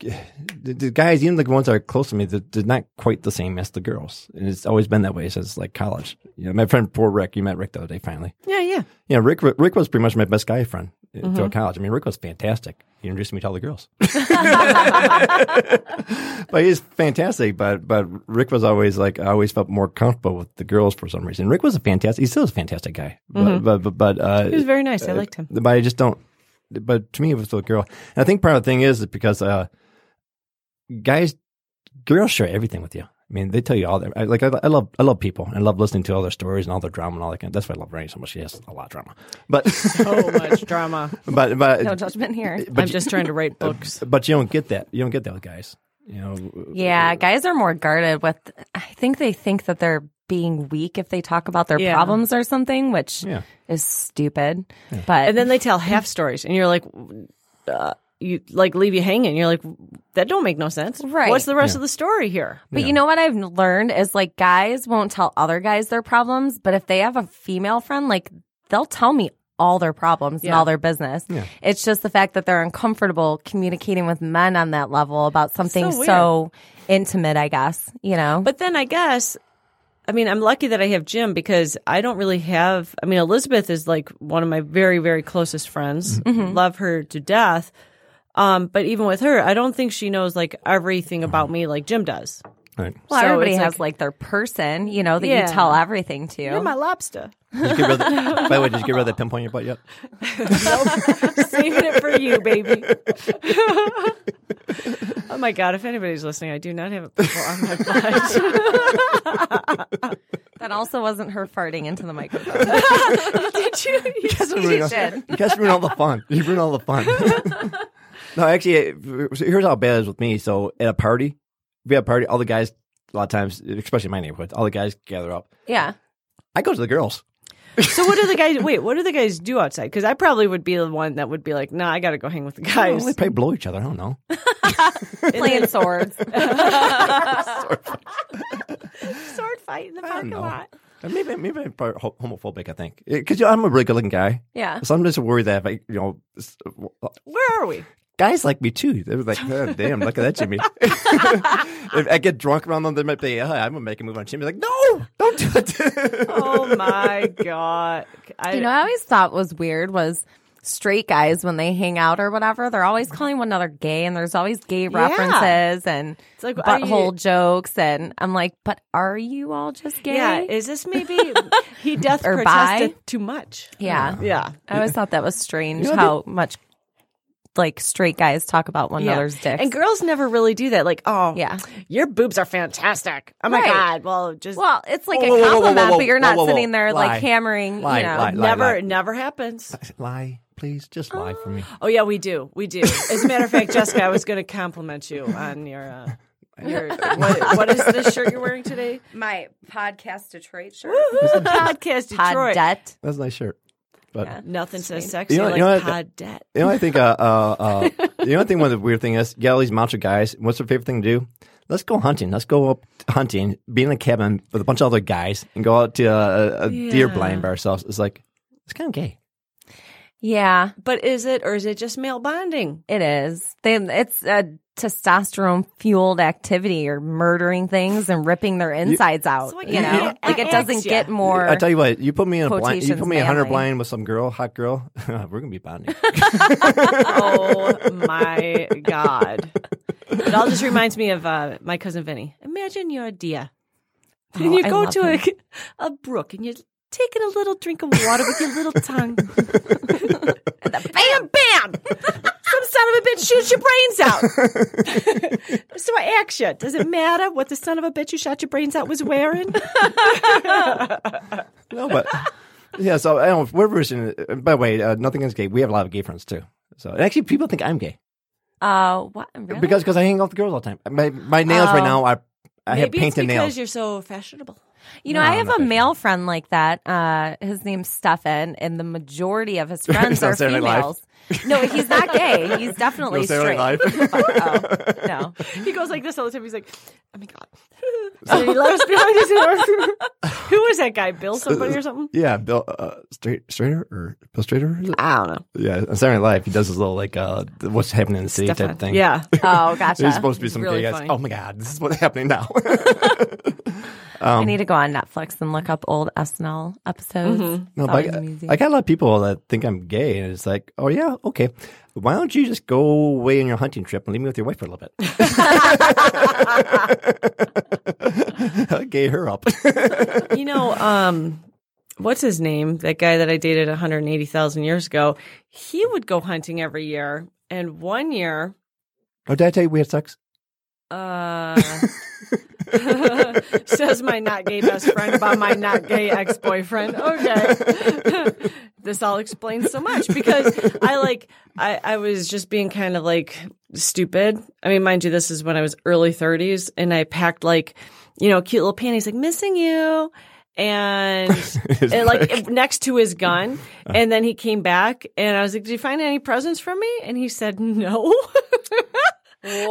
the, the guys, even the ones that are close to me, they're, they're not quite the same as the girls. And it's always been that way since like college. You know, my friend, poor Rick, you met Rick the other day finally.
Yeah, yeah.
You know, Rick, Rick was pretty much my best guy friend. uh,
Mm-hmm.
throughout college. I mean, Rick was fantastic. He introduced me to all the girls. but he's fantastic. But but Rick was always like I always felt more comfortable with the girls for some reason. Rick was a fantastic. He still is a fantastic guy. But but but, but uh,
Mm-hmm. He was very nice. I liked him.
but I just don't. But to me, it was still a girl. And I think part of the thing is that because uh, guys, girls share everything with you. I mean, they tell you all their I, like. I, I love, I love people, and I love listening to all their stories and all their drama and all that. Kind of, that's why I love Rainy so much. She has a lot of drama, but
So much drama.
but but
No judgment here.
But
I'm
you-
just trying to write books.
but you don't get that. You don't get that with guys. You know,
Yeah, guys are more guarded with I think they think that they're being weak if they talk about their
Yeah.
problems or something, which
Yeah.
is stupid. But
And then they tell half stories, and you're like, uh, you like leave you hanging. You're like, that don't make no sense.
Right.
What's the rest of the story here?
But you know what I've learned is like guys won't tell other guys their problems, but if they have a female friend, like they'll tell me all their problems and
Yeah.
all their business. It's just the fact that they're uncomfortable communicating with men on that level about something
So
so,
weird.
intimate, I guess, you know?
But then I guess, I mean, I'm lucky that I have Jim because I don't really have. I mean, Elizabeth is like one of my very, very closest friends. Love her to death. Um, but even with her, I don't think she knows like everything about me like Jim does.
right.
well,
so
everybody
it's
has
like-
like, their person, you know, that
Yeah.
you tell everything to.
You're my lobster.
Did you get rid of that- by the way, did you get rid of that pimple on your butt yet?
Saving it for you, baby. oh my god! If anybody's listening, I do not have a pimple on my butt.
that also wasn't her farting into the microphone.
Did you?
guys
She
ruined,
did.
you guys ruined all the fun. You ruined all the fun. no, actually, here's how bad it is with me. So at a party, we have a party. All the guys, a lot of times, especially in my neighborhood, all the guys gather up.
yeah.
I go to the girls.
So what do the guys? Wait, what do the guys do outside? Because I probably would be the one that would be like, "Nah, I got to go hang with the
I
guys."
they probably blow each other. I don't know.
Playing swords.
sword fight in the
don't
parking
know. Uh,
lot.
Maybe maybe I'm part ho- homophobic. I think because you know, I'm a really good looking guy.
Yeah.
So I'm just worried that if I, you know, s- uh,
Where are we?
guys like me too. They were like, oh, damn, look at that, Jimmy. if I get drunk around them, they might be, oh, I'm gonna make a move on Jimmy. Like, no, don't do it.
Oh my god! I,
You know, I always thought was weird was straight guys when they hang out or whatever, they're always calling one another gay, and there's always gay references and
It's like, are
butthole
you-
jokes, and I'm like, but are you all just gay?
yeah, is this maybe he doth
Or
protested
bi?
too much?
Yeah.
Yeah,
I always thought that was strange
You know,
how much like straight guys talk about one another's dicks.
and girls never really do that. Like, oh,
Yeah.
your boobs are fantastic. Oh my
Right.
god! Well, just
well, it's like
Whoa,
a
whoa, whoa,
compliment,
whoa, whoa,
but you're not
whoa, whoa,
sitting there
lie.
like hammering,
Lie,
you know.
lie, lie.
never, it never happens.
lie, please, just lie for me.
Oh yeah, we do, we do. As a matter of fact, Jessica, I was going to compliment you on your. Uh, your, what, what is this shirt you're wearing today?
My podcast Detroit shirt.
Podcast Detroit.
Podette.
That's a nice shirt. But
Nothing says sexy
You know-
like
you know what-
pod debt.
you know, I think uh, uh, uh, you know, I think one of the weird thing is, yeah, all these macho guys. What's their favorite thing to do? Let's go hunting. Let's go up hunting, be in a cabin with a bunch of other guys, and go out to uh, a, a deer
Yeah.
blind by ourselves. It's like it's kind of gay.
Yeah.
But is it, or is it just male bonding?
It is. They, it's a testosterone fueled activity. You're murdering things and ripping their insides out.
So what
you
you
know,
need
like it
is
doesn't
ya.
get more.
I tell you what, you put me in a blind, you
Quotations
put me in a hunter
manly.
blind with some girl, hot girl. we're gonna be bonding.
Oh my god! It all just reminds me of uh, my cousin Vinny. Imagine you're a deer, and
Oh,
you
I
go
love
to a, a brook, and you're taking a little drink of water with your little tongue. bam, bam! Some son of a bitch shoots your brains out. so I ask you, does it matter what the son of a bitch who shot your brains out was wearing?
No, but yeah. So I don't. We're Russian. By the way, uh, nothing against gay. We have a lot of gay friends too. So and actually, people think I'm gay
uh, what? Really?
because because I hang out with girls all the time. My my nails right now are I have
Maybe it's
painted
because
nails.
you're so fashionable.
you know, I have a male friend like that. Uh, his name's Stefan, and the majority of his friends
on
are
Saturday Night
females. No, he's not gay. He's definitely
Saturday
straight.
Night Live.
But, oh, no.
He goes like this all the time. He's like, "Oh my god, So he left us behind his door. Who was that guy? Bill somebody or something?
Yeah, Bill uh, Straight Strader or Bill Strader? Is it?
I don't know.
Yeah, on Saturday Night Live, he does his little like uh, th- what's happening in the city type
Stefan.
thing.
Yeah.
Oh, gotcha.
There's supposed to be some
Really
gay guys.
funny.
Oh my god, this is what's happening now.
I need to go on Netflix and look up old SNL episodes.
no,
It's
Oh,
but I,
always
got-
amusing.
I got a lot of people that think I'm gay, and it's like, oh yeah, okay. Why don't you just go away on your hunting trip and leave me with your wife for a little bit? gay her up.
Uh, You know, um, what's his name? That guy that I dated 180,000 years ago. He would go hunting every year. And one year,
oh, did I tell you we had sex?
uh, says my not gay best friend about my not gay ex boyfriend. Okay. this all explains so much because I like, I, I was just being kind of like stupid. I mean, mind you, this is when I was early 30s and I packed like, you know, cute little panties like missing you. And
His
and, like
back. Uh-huh.
it- next to his gun. And then he came back, and I was like, "Did you find any presents for me?" And he said, "No." And I'm still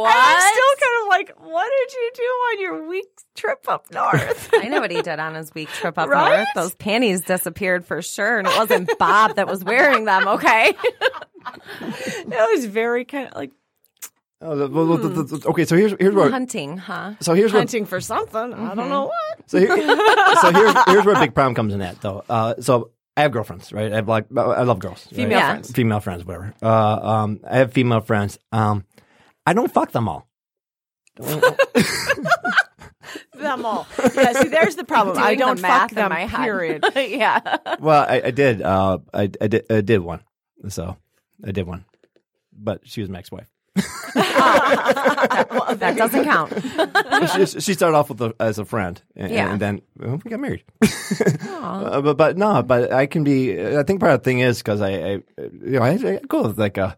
kind of like, "What did you do on your week trip up north?"
I know what he did on his week trip up
Right?
north. Those panties disappeared for sure, and it wasn't Bob that was wearing them. Okay,
it was very kind of like
Oh, the- well, the- the- the- okay, so here's here's where
hunting, huh?
so here's where
hunting for something. I don't know what.
So, here, so here's here's where a big problem comes in that though. Uh, so I have girlfriends, right? I have like I love girls, right?
Female
Yeah.
friends.
female friends, whatever. Uh, um, I have female friends. Um, I don't fuck them all.
Them all. Yeah, see, there's the problem. I
Doing
don't
the math
fuck them,
in my head.
period.
yeah,
Well, I, I did. Uh, I, I did. I did one. So I did one, but she was my ex-wife.
that doesn't count.
she, she started off with a, as a friend, and,
Yeah.
and then well, we got married. Uh, but but no, but I can be. I think part of the thing is because I, I you know I, I go with like a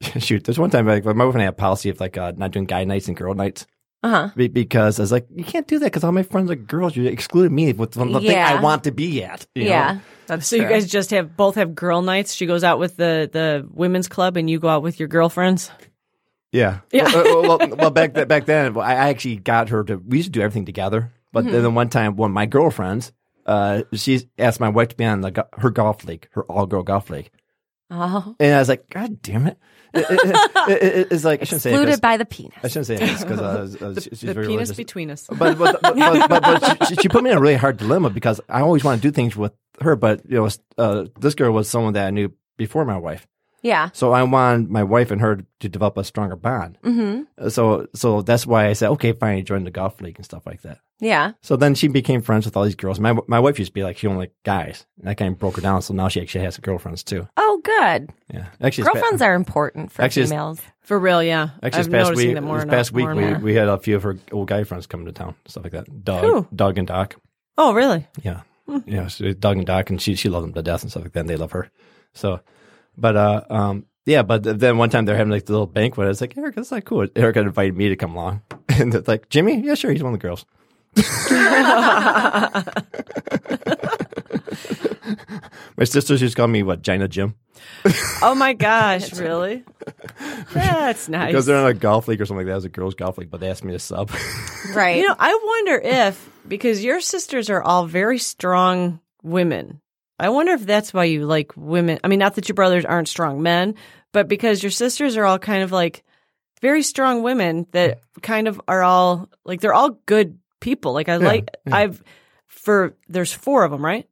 shoot. There's one time like my wife and I had a policy of like uh, not doing guy nights and girl nights.
Uh-huh.
Be- because I was like, you can't do that because all my friends are girls. You excluded me with the thing I
Yeah.
want to be at. you know?
Yeah, that's
So you guys just have both have girl nights. She goes out with the the women's club, and you go out with your girlfriends.
Yeah. Yeah. Well, uh, well, well, well, back th- back then, well, I I actually got her to. We used to do everything together. But
Mm-hmm.
then the one time, one of my girlfriends, uh, she asked my wife to be on the go- her golf league, her all girl golf league,
oh,
and I was like, God damn it! It- it- it- it- it's like I shouldn't say it 'cause-
polluted by the
I
penis.
shouldn't say it because uh, was, uh, she- she's
The
very
penis
religious.
between us.
But but but, but, but, but she, she put me in a really hard dilemma because I always want to do things with her, but you know, uh, this girl was someone that I knew before my wife.
Yeah,
So I wanted my wife and her to develop a stronger bond. Mm-hmm. So so that's why I said, okay, fine, you join the golf league and stuff like that.
yeah.
So then she became friends with all these girls. My my wife used to be like, she only liked guys, and I kind of broke her down. So now she actually has girlfriends too.
Oh, good.
Yeah, actually, this pa-
Girlfriends are important for
Actually, it's-
females.
For real, yeah.
Actually,
I'm
this past
noticing
week,
that more
this
and
past
more
week
and
we,
more.
we had a few of her old guy friends coming to town, stuff like that. Doug,
Who?
Doug and Doc.
Oh, really?
Yeah. Yeah. So Doug and Doc, and she she loved them to death and stuff like that. And they love her. So, but uh, um, yeah. But th- then one time they're having like the little banquet. It's like Erica, it's like cool. Erica invited me to come along, and it's like Jimmy, yeah, sure, he's one of the girls. My sisters just call me what Gina Jim
Oh my gosh, really? That's nice.
because they're in a golf league or something like that. It was a girls' golf league, but they asked me to sub.
Right.
you know, I wonder if because your sisters are all very strong women. I wonder if that's why you like women. I mean, not that your brothers aren't strong men, but because your sisters are all kind of like very strong women that kind of are all like they're all good people. Like I like I've for there's four of them, right?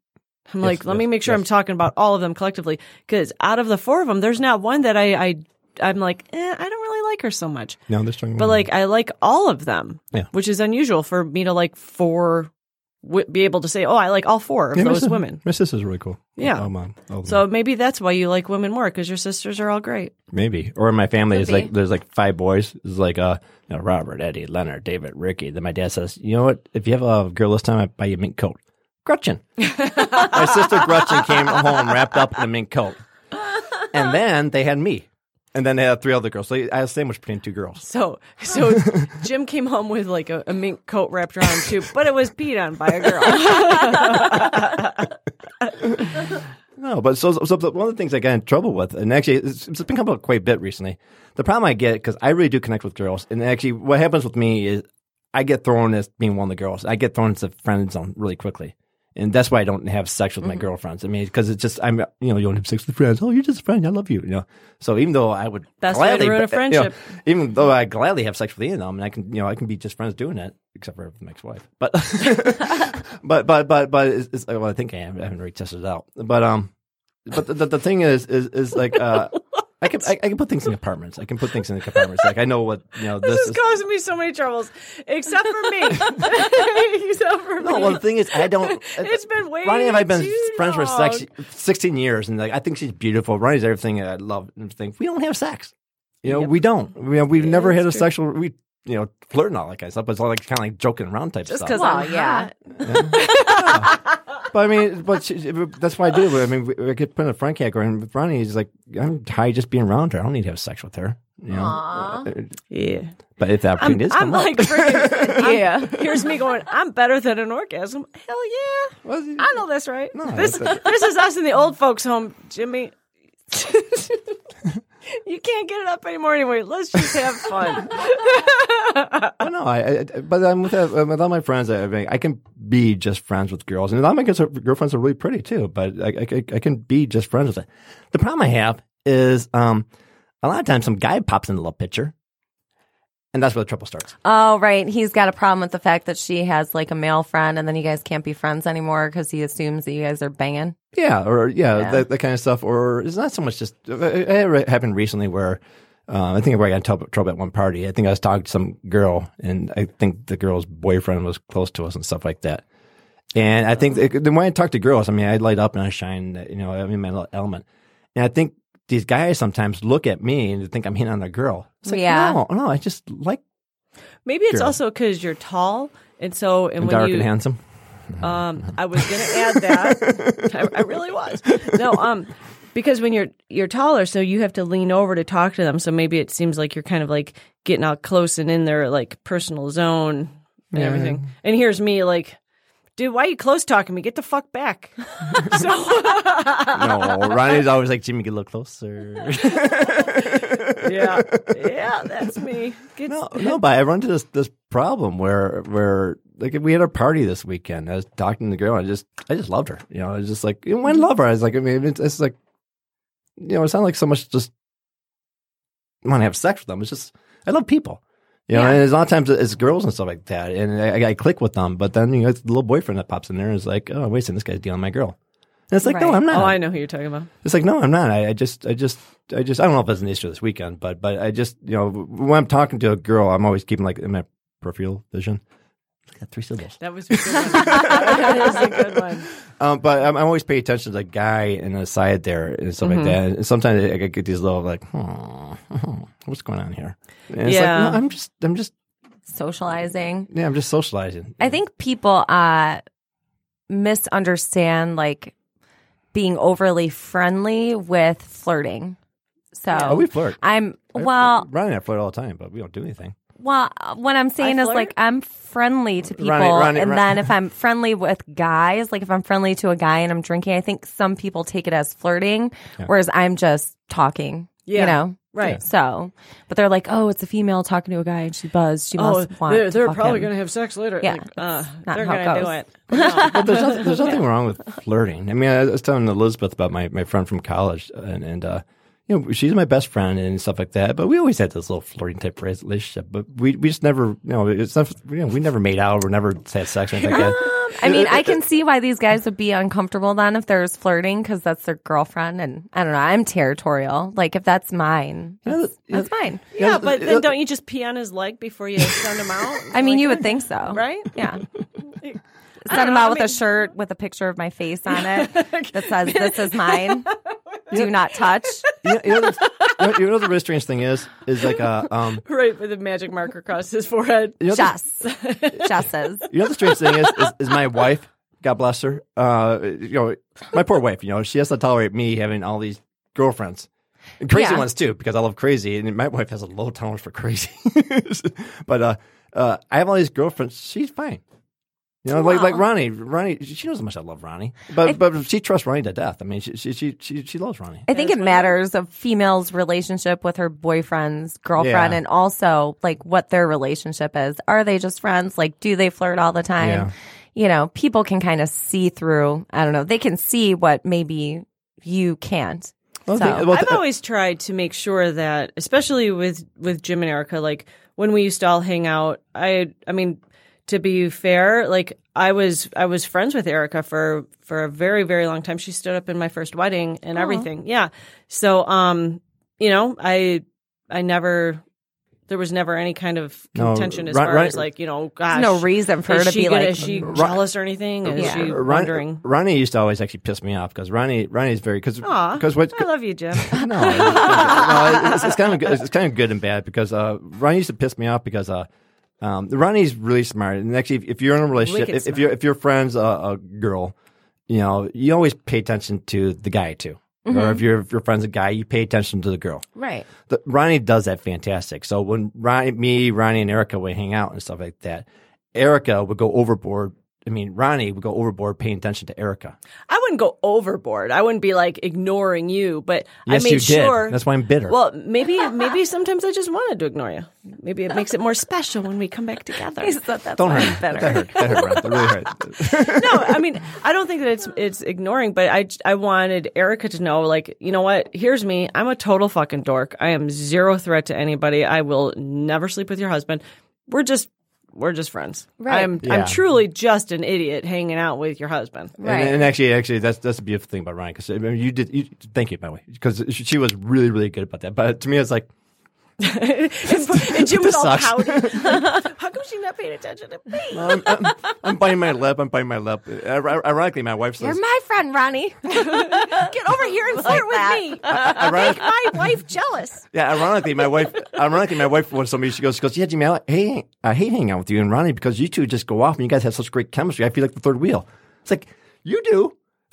I'm like, let me
yes,
make sure I'm
yes.
talking about all of them collectively because out of the four of them, there's not one that I I I'm like, eh, I don't really like her so much.
no, they're strong.
But like, I like all of them,
Mm-hmm. Yeah.
which is unusual for me to like four, w- be able to say, oh, I like all four of
Yeah, my
those
sis-
women.
My sister's really cool.
Yeah.
Oh, mom. Oh,
So maybe that's why you like women more because your sisters are all great.
Maybe. Or in my family, it's
be.
like there's like five boys. It's like uh, you know, Robert, Eddie, Leonard, David, Ricky. Then my dad says, "You know what? If you have a girl this time, I buy you a mink coat." Gretchen. my sister Gretchen came home wrapped up in a mink coat, and then they had me, and then they had three other girls. So I was sandwiched between two girls.
So, so Jim came home with like a, a mink coat wrapped around him too, but it was peed on by a girl.
No, but so, so the- one of the things I got in trouble with, and actually it's, it's been coming up quite a bit recently. The problem I get because I really do connect with girls, and actually what happens with me is I get thrown as being one of the girls. I get thrown into friend zone really quickly. And that's why I don't have sex
Mm-hmm.
with my girlfriends. I mean, because it's just I'm, you know, you don't have sex with friends. Oh, you're just a friend. I love you. You know. So even though I would
Best way to
gladly,
ruin a
but, you know,
friendship.
even though I gladly have sex with any of them, and I can, you know, I can be just friends doing that, except for with my ex-wife. But, but, but, but, but, it's, it's, well, I think I, am, I haven't really tested it out. But, um, but the, the, the thing is, is, is like, uh, I can, I, I can put things in compartments. I can put things in the compartments. Like I know what, you know, this,
This
is.
is causing me so many troubles, except for me. except for
No,
me.
well, the thing is, I don't. uh,
It's been way
Ronnie and I've been
too
friends for
long.
sex, sixteen years, and like I think she's beautiful. Ronnie's everything I love and everything. We don't have sex, you know. We don't. We, we've never had a sexual. We you know flirt and all that kind of stuff. But it's all like kind of like joking around type
Just
stuff.
'cause
Well,
I'm
yeah.
hot.
But I mean, but she, that's why I do. I mean, we, we could put in a friend hacker, and with Ronnie, he's like, I'm tired of just being around her. I don't need to have sex with her. You know?
Yeah.
But if that opportunity is,
I'm
come up-
like, freaking,
Yeah.
here's me going, I'm better than an orgasm. Hell yeah.
Well, you-
I know that's right.
No,
this,
that's-
this is us in the old folks' home, Jimmy. you can't get it up anymore anyway. Let's just have fun.
I don't know. I, I I- but I'm with, uh, with all my friends. I, I mean, I can be just friends with girls, and a lot of my girls are- girlfriends are really pretty too. But I, I, I- I can be just friends with them. The problem I have is um, a lot of times some guy pops in the little picture, and that's where the trouble starts.
Oh, right. He's got a problem with the fact that she has like a male friend and then you guys can't be friends anymore because he assumes that you guys are banging.
Yeah, or yeah,
Yeah.
That, that kind of stuff. Or it's not so much just. uh, It, it happened recently where uh, I think where I got in trouble, trouble at one party. I think I was talking to some girl, and I think the girl's boyfriend was close to us and stuff like that. And I think it, then when I talk to girls, I mean, I light up and I shine. You know, I'm in my little element. And I think these guys sometimes look at me and they think I'm hitting on a girl. It's like,
Yeah.
no, no, I just like
Maybe it's
Girl.
also because you're tall, and so and,
and
when
dark
you
and handsome.
Um, I was gonna add that. I, I really was. No, um, because when you're you're taller, so you have to lean over to talk to them. So maybe it seems like you're kind of like getting out close and in their like personal zone and everything. And here's me like, dude, why are you close talking to me? Get the fuck back. so
no, Ronnie's always like, Jimmy, get a little closer.
yeah, yeah, that's me. Get,
No, no, but I run into this this problem where where like we had a party this weekend. I was talking to the girl. And I just I just loved her. You know, I was just like you know, when I love her. I was like, I mean, it's, it's like you know, it's not like so much just want to have sex with them. It's just I love people. You know, and there's a lot of times it's girls and stuff like that, and I, I click with them. But then you know, it's the little boyfriend that pops in there and is like, "Oh, wait a second, this guy's dealing with my girl." And it's like, "No,
Right.
I'm not."
Oh, I know who you're talking about.
It's like, no, I'm not. I, I just, I just, I just, I don't know if it's an issue this weekend, but, but I just, you know, when I'm talking to a girl, I'm always keeping like in my peripheral vision. It's got three syllables.
That was a good one. that is a good one.
Um, but I'm, I'm always paying attention to the guy and the side there and stuff like that. And sometimes I, I get these little like, hmm, hmm, what's going on here? And it's
Yeah.
like, no, I'm just, I'm just,
Socializing.
yeah, I'm just socializing.
I think people uh, misunderstand like being overly friendly with flirting. So
Oh, we flirt.
I'm well,
Ronnie and I flirt all the time, but we don't do anything.
well. uh, What I'm saying
I
is
flirt?
like I'm friendly to people,
Ronnie- Ronnie-
and
Ron-
then if I'm friendly with guys, like if I'm friendly to a guy and I'm drinking, I think some people take it as flirting, whereas I'm just talking.
Yeah.
You know.
Right.
So, but they're like, oh, it's a female talking to a guy and she buzzed. She
Oh,
must want.
they're,
to
they're
fuck
probably
him."
going to have sex later.
Yeah,
Like, uh,
that's not
they're
how it
going to do
goes.
it. No.
but there's nothing, there's nothing wrong with flirting. I mean, I was telling Elizabeth about my, my friend from college, and and uh, you know, she's my best friend and stuff like that. But we always had this little flirting type relationship. But we we just never, you know, it's not, you know, we never made out or never had sex or anything like that.
I mean, I can see why these guys would be uncomfortable then if there's flirting because that's their girlfriend, and I don't know. I'm territorial. Like if that's mine, that's, that's mine.
Yeah, but then don't you just pee on his leg before you send him out?
I mean, you would think so,
right?
Yeah.
I
Send
don't
them
know,
out
I
with
mean-
a shirt with a picture of my face on it that says "This is mine." Do not touch.
You know, you know, the- you know the really strange thing is is like uh um
right with a magic marker across his forehead.
you know the-
Jess. Jess's.
You know the strange thing is, is, is my wife, God bless her, uh, you know, my poor wife, you know, she has to tolerate me having all these girlfriends. And crazy
Yeah.
ones too, because I love crazy, and my wife has a low tolerance for crazy. but uh, uh, I have all these girlfriends. She's fine. You know, like like Ronnie, Ronnie, she knows how much I love Ronnie, but but she trusts Ronnie to death. I mean, she she she she, she loves Ronnie.
I think it matters a female's relationship with her boyfriend's girlfriend
Yeah.
and also like what their relationship is. Are they just friends? Like, do they flirt all the time?
Yeah.
You know, people can kind of see through. I don't know. They can see what maybe you can't.
Well,
So-
I think- well, uh,
I've
th-
always tried to make sure that, especially with with Jim and Erica, like when we used to all hang out. I I mean, to be fair, like I was I was friends with Erica for for a very very long time. She stood up in my first wedding and everything. Yeah, so um, you know, I I never. There was never any kind of
No,
contention as
Ron-
far
Ron-
as like you know, gosh,
There's no reason for her
is
to
she
be
gonna-
like,
is she jealous or anything? Is
Yeah.
she
Ron-
wondering?
Ronnie used to always actually piss me off because Ronnie Ronnie's very because
Aw,
because what
I love you, Jim.
no, no it's, it's kind of good- it's kind of good and bad because uh, Ronnie used to piss me off because uh, um, Ronnie's really smart and actually if, if you're in a relationship
Wicked
if, if your if your friend's a, a girl, you know you always pay attention to the guy too, or if your if your friend's a guy you pay attention to the girl.
right.
the, Ronnie does that fantastic. So when Ronnie, me, Ronnie, and Erica would hang out and stuff like that, Erica would go overboard. I mean, Ronnie would go overboard paying attention to Erica.
I wouldn't go overboard. I wouldn't be like ignoring you, but
Yes,
I made
you did.
sure.
That's why I'm bitter.
Well, maybe maybe sometimes I just wanted to ignore you. Maybe it makes it more special when we come back together.
that's
Don't hurt. me. That hurt. That hurt. Ron. That really hurt.
no, I mean, I don't think that it's it's ignoring, but I I wanted Erica to know, like, you know what? Here's me. I'm a total fucking dork. I am zero threat to anybody. I will never sleep with your husband. We're just we're just friends.
Right.
I'm
Yeah.
I'm truly just an idiot hanging out with your husband.
Right.
And, and actually, actually, that's that's the beautiful thing about Ronnie because I mean, you did. You, thank you, by the way, because she, she was really, really good about that. But to me, it's like
And Jim
This
was all
sucks.
pouting. Like, How come she not paying attention to me?
I'm, I'm, I'm biting my lip. I'm biting my lip. Ir- Ironically, my wife
You're
says,
my friend, Ronnie.
Get over here and flirt with
that.
me.
Iron-
My wife jealous.
Yeah, ironically, my wife, ironically, my wife once told me she goes, she goes, yeah, Jimmy, I, hey, I hate hanging out with you and Ronnie because you two just go off and you guys have such great chemistry. I feel like the third wheel. It's like you do.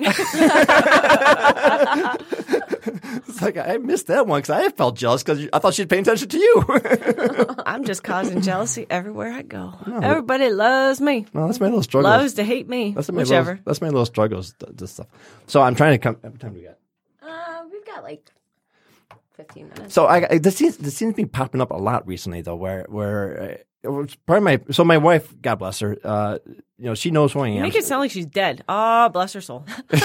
it's like I missed that one because I felt jealous because I thought she'd pay attention to you.
I'm just causing jealousy everywhere I go. Everybody loves me.
no, that's my little struggle.
Loves to hate me.
that's my
whichever.
Little, that's my little struggles. th- This stuff. So I'm trying to come. What time do we got?
Uh, we've got like 15 minutes.
So I, I this seems this seems to be popping up a lot recently though, where where uh, it was part of my so my wife, God bless her, uh, you know she knows who I am.
Make it sound like she's dead. Ah, bless her soul. bless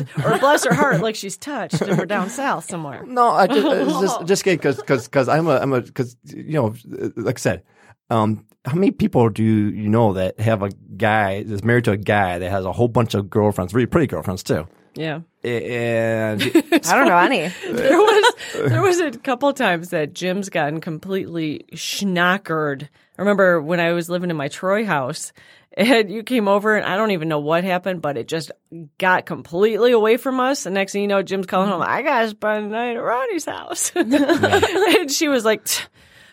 or bless her heart, like she's touched and we're down south somewhere.
no, I just, it's just just because because because I'm a I'm a because you know uh, like I said, um, how many people do you know that have a guy that's married to a guy that has a whole bunch of girlfriends, really pretty girlfriends too,
Yeah.
and
I don't know any.
There was there was a couple times that Jim's gotten completely schnockered. I remember when I was living in my Troy house and you came over and I don't even know what happened, but it just got completely away from us. And next thing you know, Jim's calling home, I gotta spend the night at Ronnie's house. and she was like, "Tch,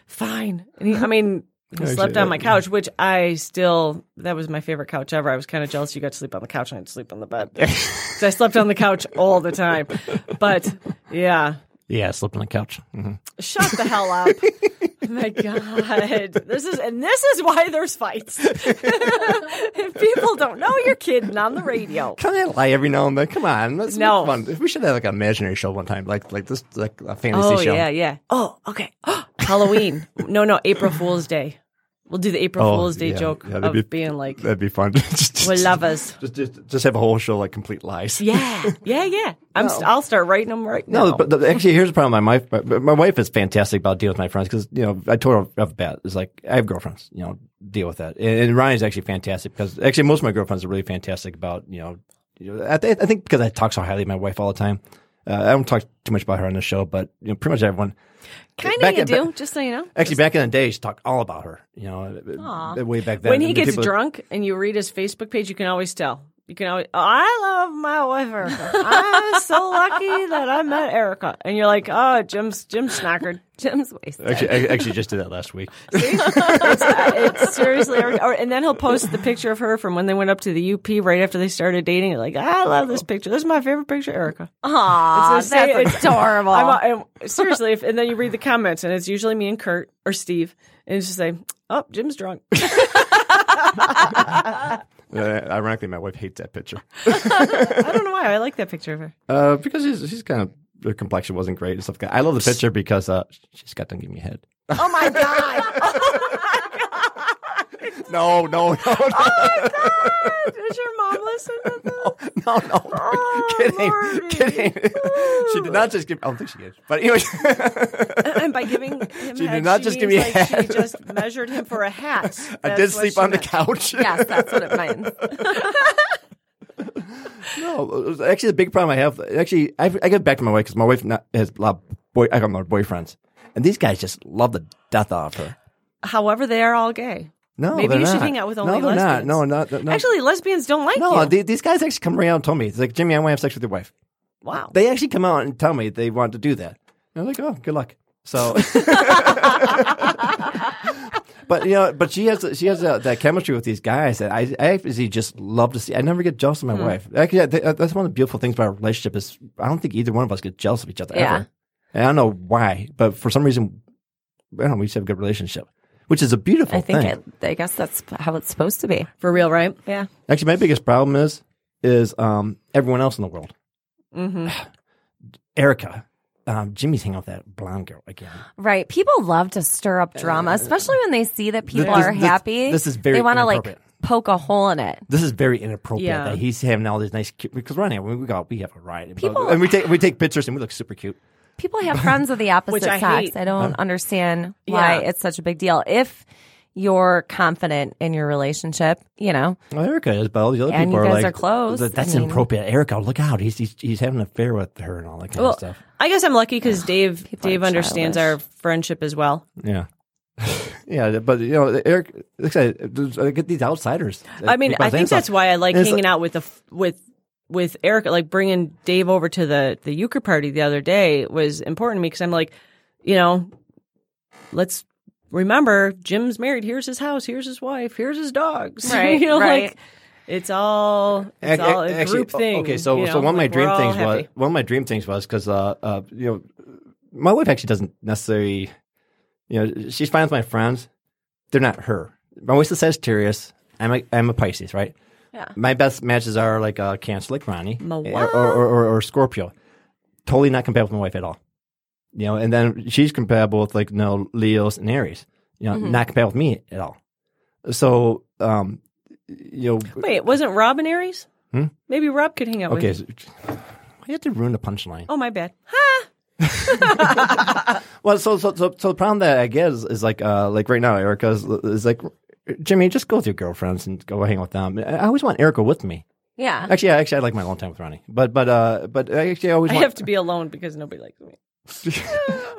fine. And he, I mean he slept on my couch, which I still that was my favorite couch ever. I was kind of jealous you got to sleep on the couch and I had to sleep on the bed. so I slept on the couch all the time. But yeah.
yeah, I slept on the couch. Mhm.
Shut the hell up. Oh my God. This is and this is why there's fights. if people don't know you're kidding on the radio.
Can I lie every now and then? Come on, let's
No.
make fun. We should have like an imaginary show one time, like like this like a fantasy
Oh
show.
yeah, yeah. Oh, okay. Halloween. No, no, April Fool's Day. We'll do the April
Oh,
Fool's Day
yeah.
joke
Yeah, that'd
of
be-
being like
That'd be fun. just, just-
we're lovers.
Just, just, just have a whole show like complete lies.
Yeah, yeah, yeah. I'm st- I'll start writing them right now.
No, but the, actually, here's the problem. My wife, my, my wife is fantastic about dealing with my friends because you know I told her off the bat it's like I have girlfriends. You know, deal with that. And, and Ryan's actually fantastic because actually most of my girlfriends are really fantastic about you know. You know I, th- I think because I talk so highly of my wife all the time. Uh, I don't talk too much about her on the show, but you know, pretty much everyone.
kind of
back
you
at-
do,
back-
just so you know.
Actually, back in the day, she talked all about her. You know, way back then.
when he
The
gets
people-
drunk and you read his Facebook page, you can always tell. you can always, "Oh, I love my wife Erica. I'm so lucky that I met Erica. And you're like, oh, Jim's Jim's snackered.
Jim's wasted.
Actually, I actually just did that last week.
It's seriously, Erica. Or- and then he'll post the picture of her from when they went up to the UP right after they started dating. Like, I love this picture. This is my favorite picture, Erica.
Aw,
It's the same-
that's
it's-
adorable.
I'm, I'm- seriously, if, and then you read the comments, and it's usually me and Kurt or Steve, and it's just like, oh, Jim's drunk.
Uh, ironically, my wife hates that picture
I don't know why. I like that picture of her.
uh, because she's, she's kind of her complexion wasn't great and stuff. like that. I love the picture because uh, she just got done giving me head.
oh my god!
Oh,
No, no, no,
Oh. Does your mom listen to this?
no, no, no.
Oh,
kidding, kidding. she did not just give. I don't think she did, but anyway,
And by giving him
She
head,
did not
she
just give
means,
me
like,
head.
She just measured him for a hat.
I did
That's what
sleep
she
on the
meant.
couch.
yes, that's what it means.
No, Oh, it was actually, the big problem I have, actually, I, I get back to my wife because my wife not, has a lot of boy, I got more boyfriends, and these guys just love the death out of her.
However, they are all gay.
No,
Maybe
they're
you should
not.
hang out with only
no, they're Not.
lesbians.
No, not, no.
Actually, lesbians don't like
no.
you.
the- these guys actually come around and told me it's like Jimmy, I want to have sex with your wife.
wow.
They actually come out and tell me they want to do that. And I'm like, oh, good luck. So, but you know, but she has she has uh, that chemistry with these guys that I, I actually just love to see. I never get jealous of
Hmm.
my wife. Actually, I think uh, that's one of the beautiful things about our relationship is I don't think either one of us get jealous of each other
Yeah.
ever. And I don't know why, but for some reason, I don't know. We just have a good relationship, which is a beautiful.
I think
thing.
it, I guess that's how it's supposed to be.
For real, right?
Yeah.
Actually, my biggest problem is is um, everyone else in the world.
Mm-hmm.
Erica, um, Jimmy's hanging out with that blonde girl again.
Right. People love to stir up drama, especially when they see that people
this-
are
this-
happy.
this is very
They want to like
inappropriate.
poke a hole in it.
This is very inappropriate
Yeah.
that he's having all these nice cute, because right now we we got we have a riot
People-
and we take we take pictures and we look super cute.
People have friends of the opposite
Which I
sex.
hate.
I don't understand why
Yeah.
it's such a big deal. If you're confident in your relationship, you know,
Well, Erica is, but all these other
And
people
you
are
guys
like
are close.
"That- That's
I mean-
inappropriate. Erica, look out! He's, he's he's having an affair with her and all that kind
Well,
of stuff.
I guess I'm lucky because Dave
people are
Dave understands
childish.
our friendship as well.
Yeah. Yeah, but you know, Eric. Like I, said, I get these outsiders.
I mean, I think that's why I like
And it's
hanging out with the f- with with Erica, like bringing Dave over to the the euchre party the other day was important to me because I'm like, you know, let's remember Jim's married. Here's his house. Here's his wife. Here's his dogs.
Right,
you know,
right.
like it's all
Ac-
it's all a
actually,
group
o-
thing.
Okay, so
you
so
know,
one of my
like, we're
dream
all
things
happy.
was one of my dream things was because uh, uh you know my wife actually doesn't necessarily you know she's fine with my friends. They're not her. My wife's a Sagittarius. I'm a I'm a Pisces, right? Yeah. My best matches are like uh, Cancer, like Ronnie, eh,
My
or,
what?
or, or or Scorpio. Totally not compatible with my wife at all. You know, and then she's compatible with like you know, Leos and Aries. You know,
Mm-hmm.
not compatible with me at all. So, um, you know,
Wait, wasn't Rob and Aries? Maybe Rob could hang out
Hmm? Okay,
with.
so, you have to ruin the punchline.
Oh, my bad.
Well, so so so, so the problem that I get is, is like uh like right now, Erica is, is like Jimmy, just go with your girlfriends and go hang with them. I always want Erica with me.
yeah.
Actually, I actually I like my long time with Ronnie, but but uh but I actually always
I
want,
have to be alone because nobody likes me.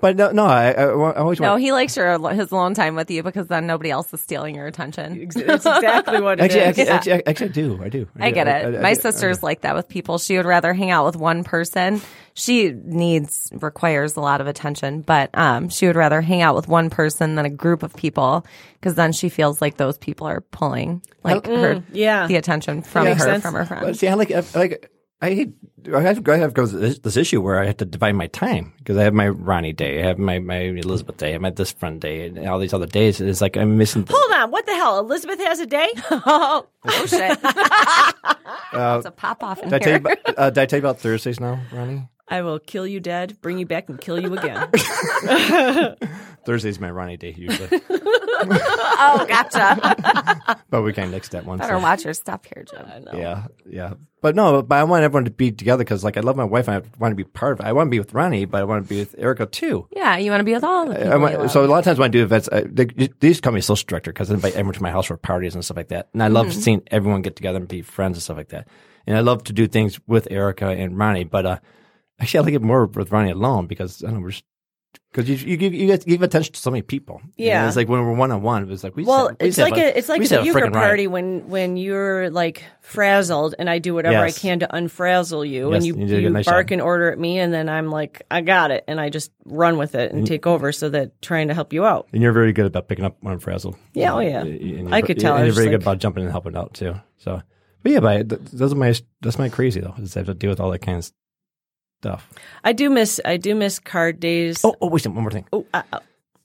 but no no I, I, wa- I always
No,
want.
he likes your his alone time with you because then nobody else is stealing your attention.
That's exactly what it is.
Actually, actually, actually, actually, I do. I do.
I
do.
get it.
I- I-
My
I-
sister's like that with people. She would rather hang out with one person. She needs requires a lot of attention, but um, she would rather hang out with one person than a group of people because then she feels like those people are pulling like her
yeah.
the attention from
Makes
her
sense.
from her
But
friends.
see, I like, I like, I hate. I have, I have goes this, this issue where I have to divide my time because I have my Ronnie day, I have my, my Elizabeth day, I have my this friend day, and all these other days. It's like I'm missing.
Hold on. What the hell? Elizabeth has a day?
Oh, oh shit! it's a pop off in
Uh, Did I, tell you
here.
about, uh, did I tell you about Thursdays now, Ronnie?
I will kill you dead, bring you back, and kill you again.
Thursday's my Ronnie day usually,
Oh, gotcha.
but we kind of nixed that one.
Better
so-
watch your stuff here, Jim.
Yeah, yeah, but no, but I want everyone to be together because, like, I love my wife. and I want to be part of. it. I want to be with Ronnie, but I want to be with Erica too.
Yeah, you want to be with all the people.
I
you
want,
love.
so a lot of times when I do events, I, they, they used to call me a social director because I invite everyone to my house for parties and stuff like that. And I
Mm-hmm.
love seeing everyone get together and be friends and stuff like that. And I love to do things with Erica and Ronnie, but uh, actually I like it more with Ronnie alone because I don't know we're just Because you you give you guys give attention to so many people. You know,
Yeah.
it's like when we're one on one, it was like we. just
Well,
have- we
it's
just
like
have
a, it's like
we
a
just have
euchre
frickin' riot.
party when when you're like frazzled and I do whatever
Yes.
I can to unfrazzle you
Yes,
and you,
you did a
you
nice
bark
job.
an order at me and then I'm like I got it and I just run with it
Mm.
and take over so that trying to help you out.
And you're very good about picking up when I'm frazzled.
Yeah, oh, yeah.
And you're-
I could tell.
And
I
you're
was
very good
just like-
about jumping and helping out too. So, but yeah, but I- th- those are my that's my crazy though. Is I have to deal with all that kind of stuff.
I do miss I do miss card days.
Oh, oh, wait, one more thing.
Oh, uh, uh,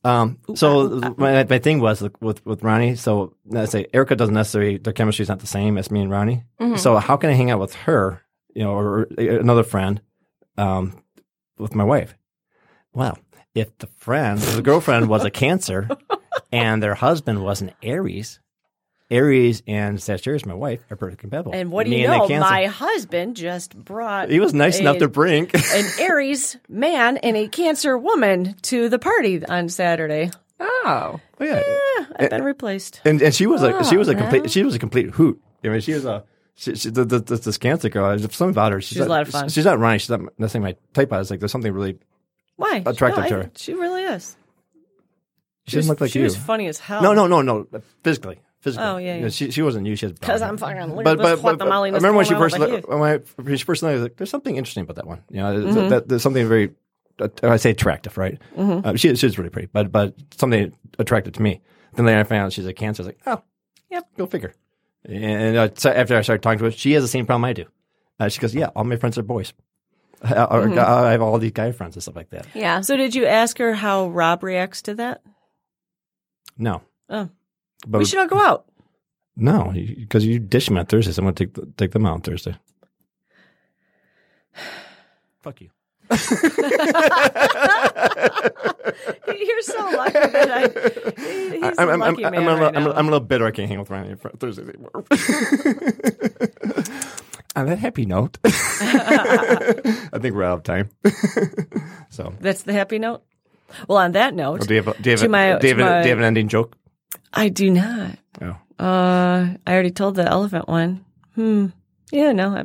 Um, so my, my thing was like, with with Ronnie. So let's say Erica doesn't necessarily the chemistry's not the same as me and Ronnie.
Mm-hmm.
So how can I hang out with her, you know, or, or another friend, um, with my wife? Well, if the friend, if the girlfriend was a Cancer, and their husband was an Aries, Aries and Sagittarius, my wife, are perfectly compatible.
and what do
Me
you
the
know?
Cancer-
My husband just brought
he was nice enough
a-
to bring.
an Aries man and a Cancer woman to the party on Saturday.
Oh.
yeah.
I've been replaced.
and and she was a she
Oh,
was a complete she was a complete hoot. I mean, she was a she, she, the, the, this, this cancer girl. There's something about her. She's,
a
not-
lot of fun.
She's not running. She's not nothing my type. I was like, there's something really.
Why?
Attractive
No, I-
to her.
She really is.
She, doesn't look like
she
you.
was funny as hell.
No, no, no, no. Physically, physically.
Oh, yeah,
You
yeah.
know, she she wasn't you. She has
Because I'm fucking look at this guatemala
I remember when she first looked, when, I, when she first looked, I was like, there's something interesting about that one. You know, there's-
Mm-hmm.
that, there's something very uh, I say attractive, right? Uh, she she's really pretty, but but something attractive to me. Then later I found out she's a cancer. I was like, oh, yep, go figure. And uh, so after I started talking to her, she has the same problem I do. Uh, she goes, yeah, all my friends are boys. I, I-
Mm-hmm.
I have all these guy friends and stuff like that.
Yeah.
So did you ask her how Rob reacts to that?
No,
Oh,
but
we should all go out.
no, because you dish them on Thursday. So I'm going to take the- take them out on Thursday. Fuck you.
You're so lucky that I. He's a
I'm, I'm, I'm,
lucky
I'm,
man
a,
right
little- I'm,
now.
a- I'm a little bitter. I can't hang with Ryan for Thursday anymore. On that happy note, I think we're out of time. so,
That's the happy note. Well, on that note,
do you have, a- do you have,
To
a,
my-
do you have,
to
a-
my-
do you have an ending joke?
I do not.
Oh.
Uh, I already told the elephant one. Hmm. Yeah, no, I-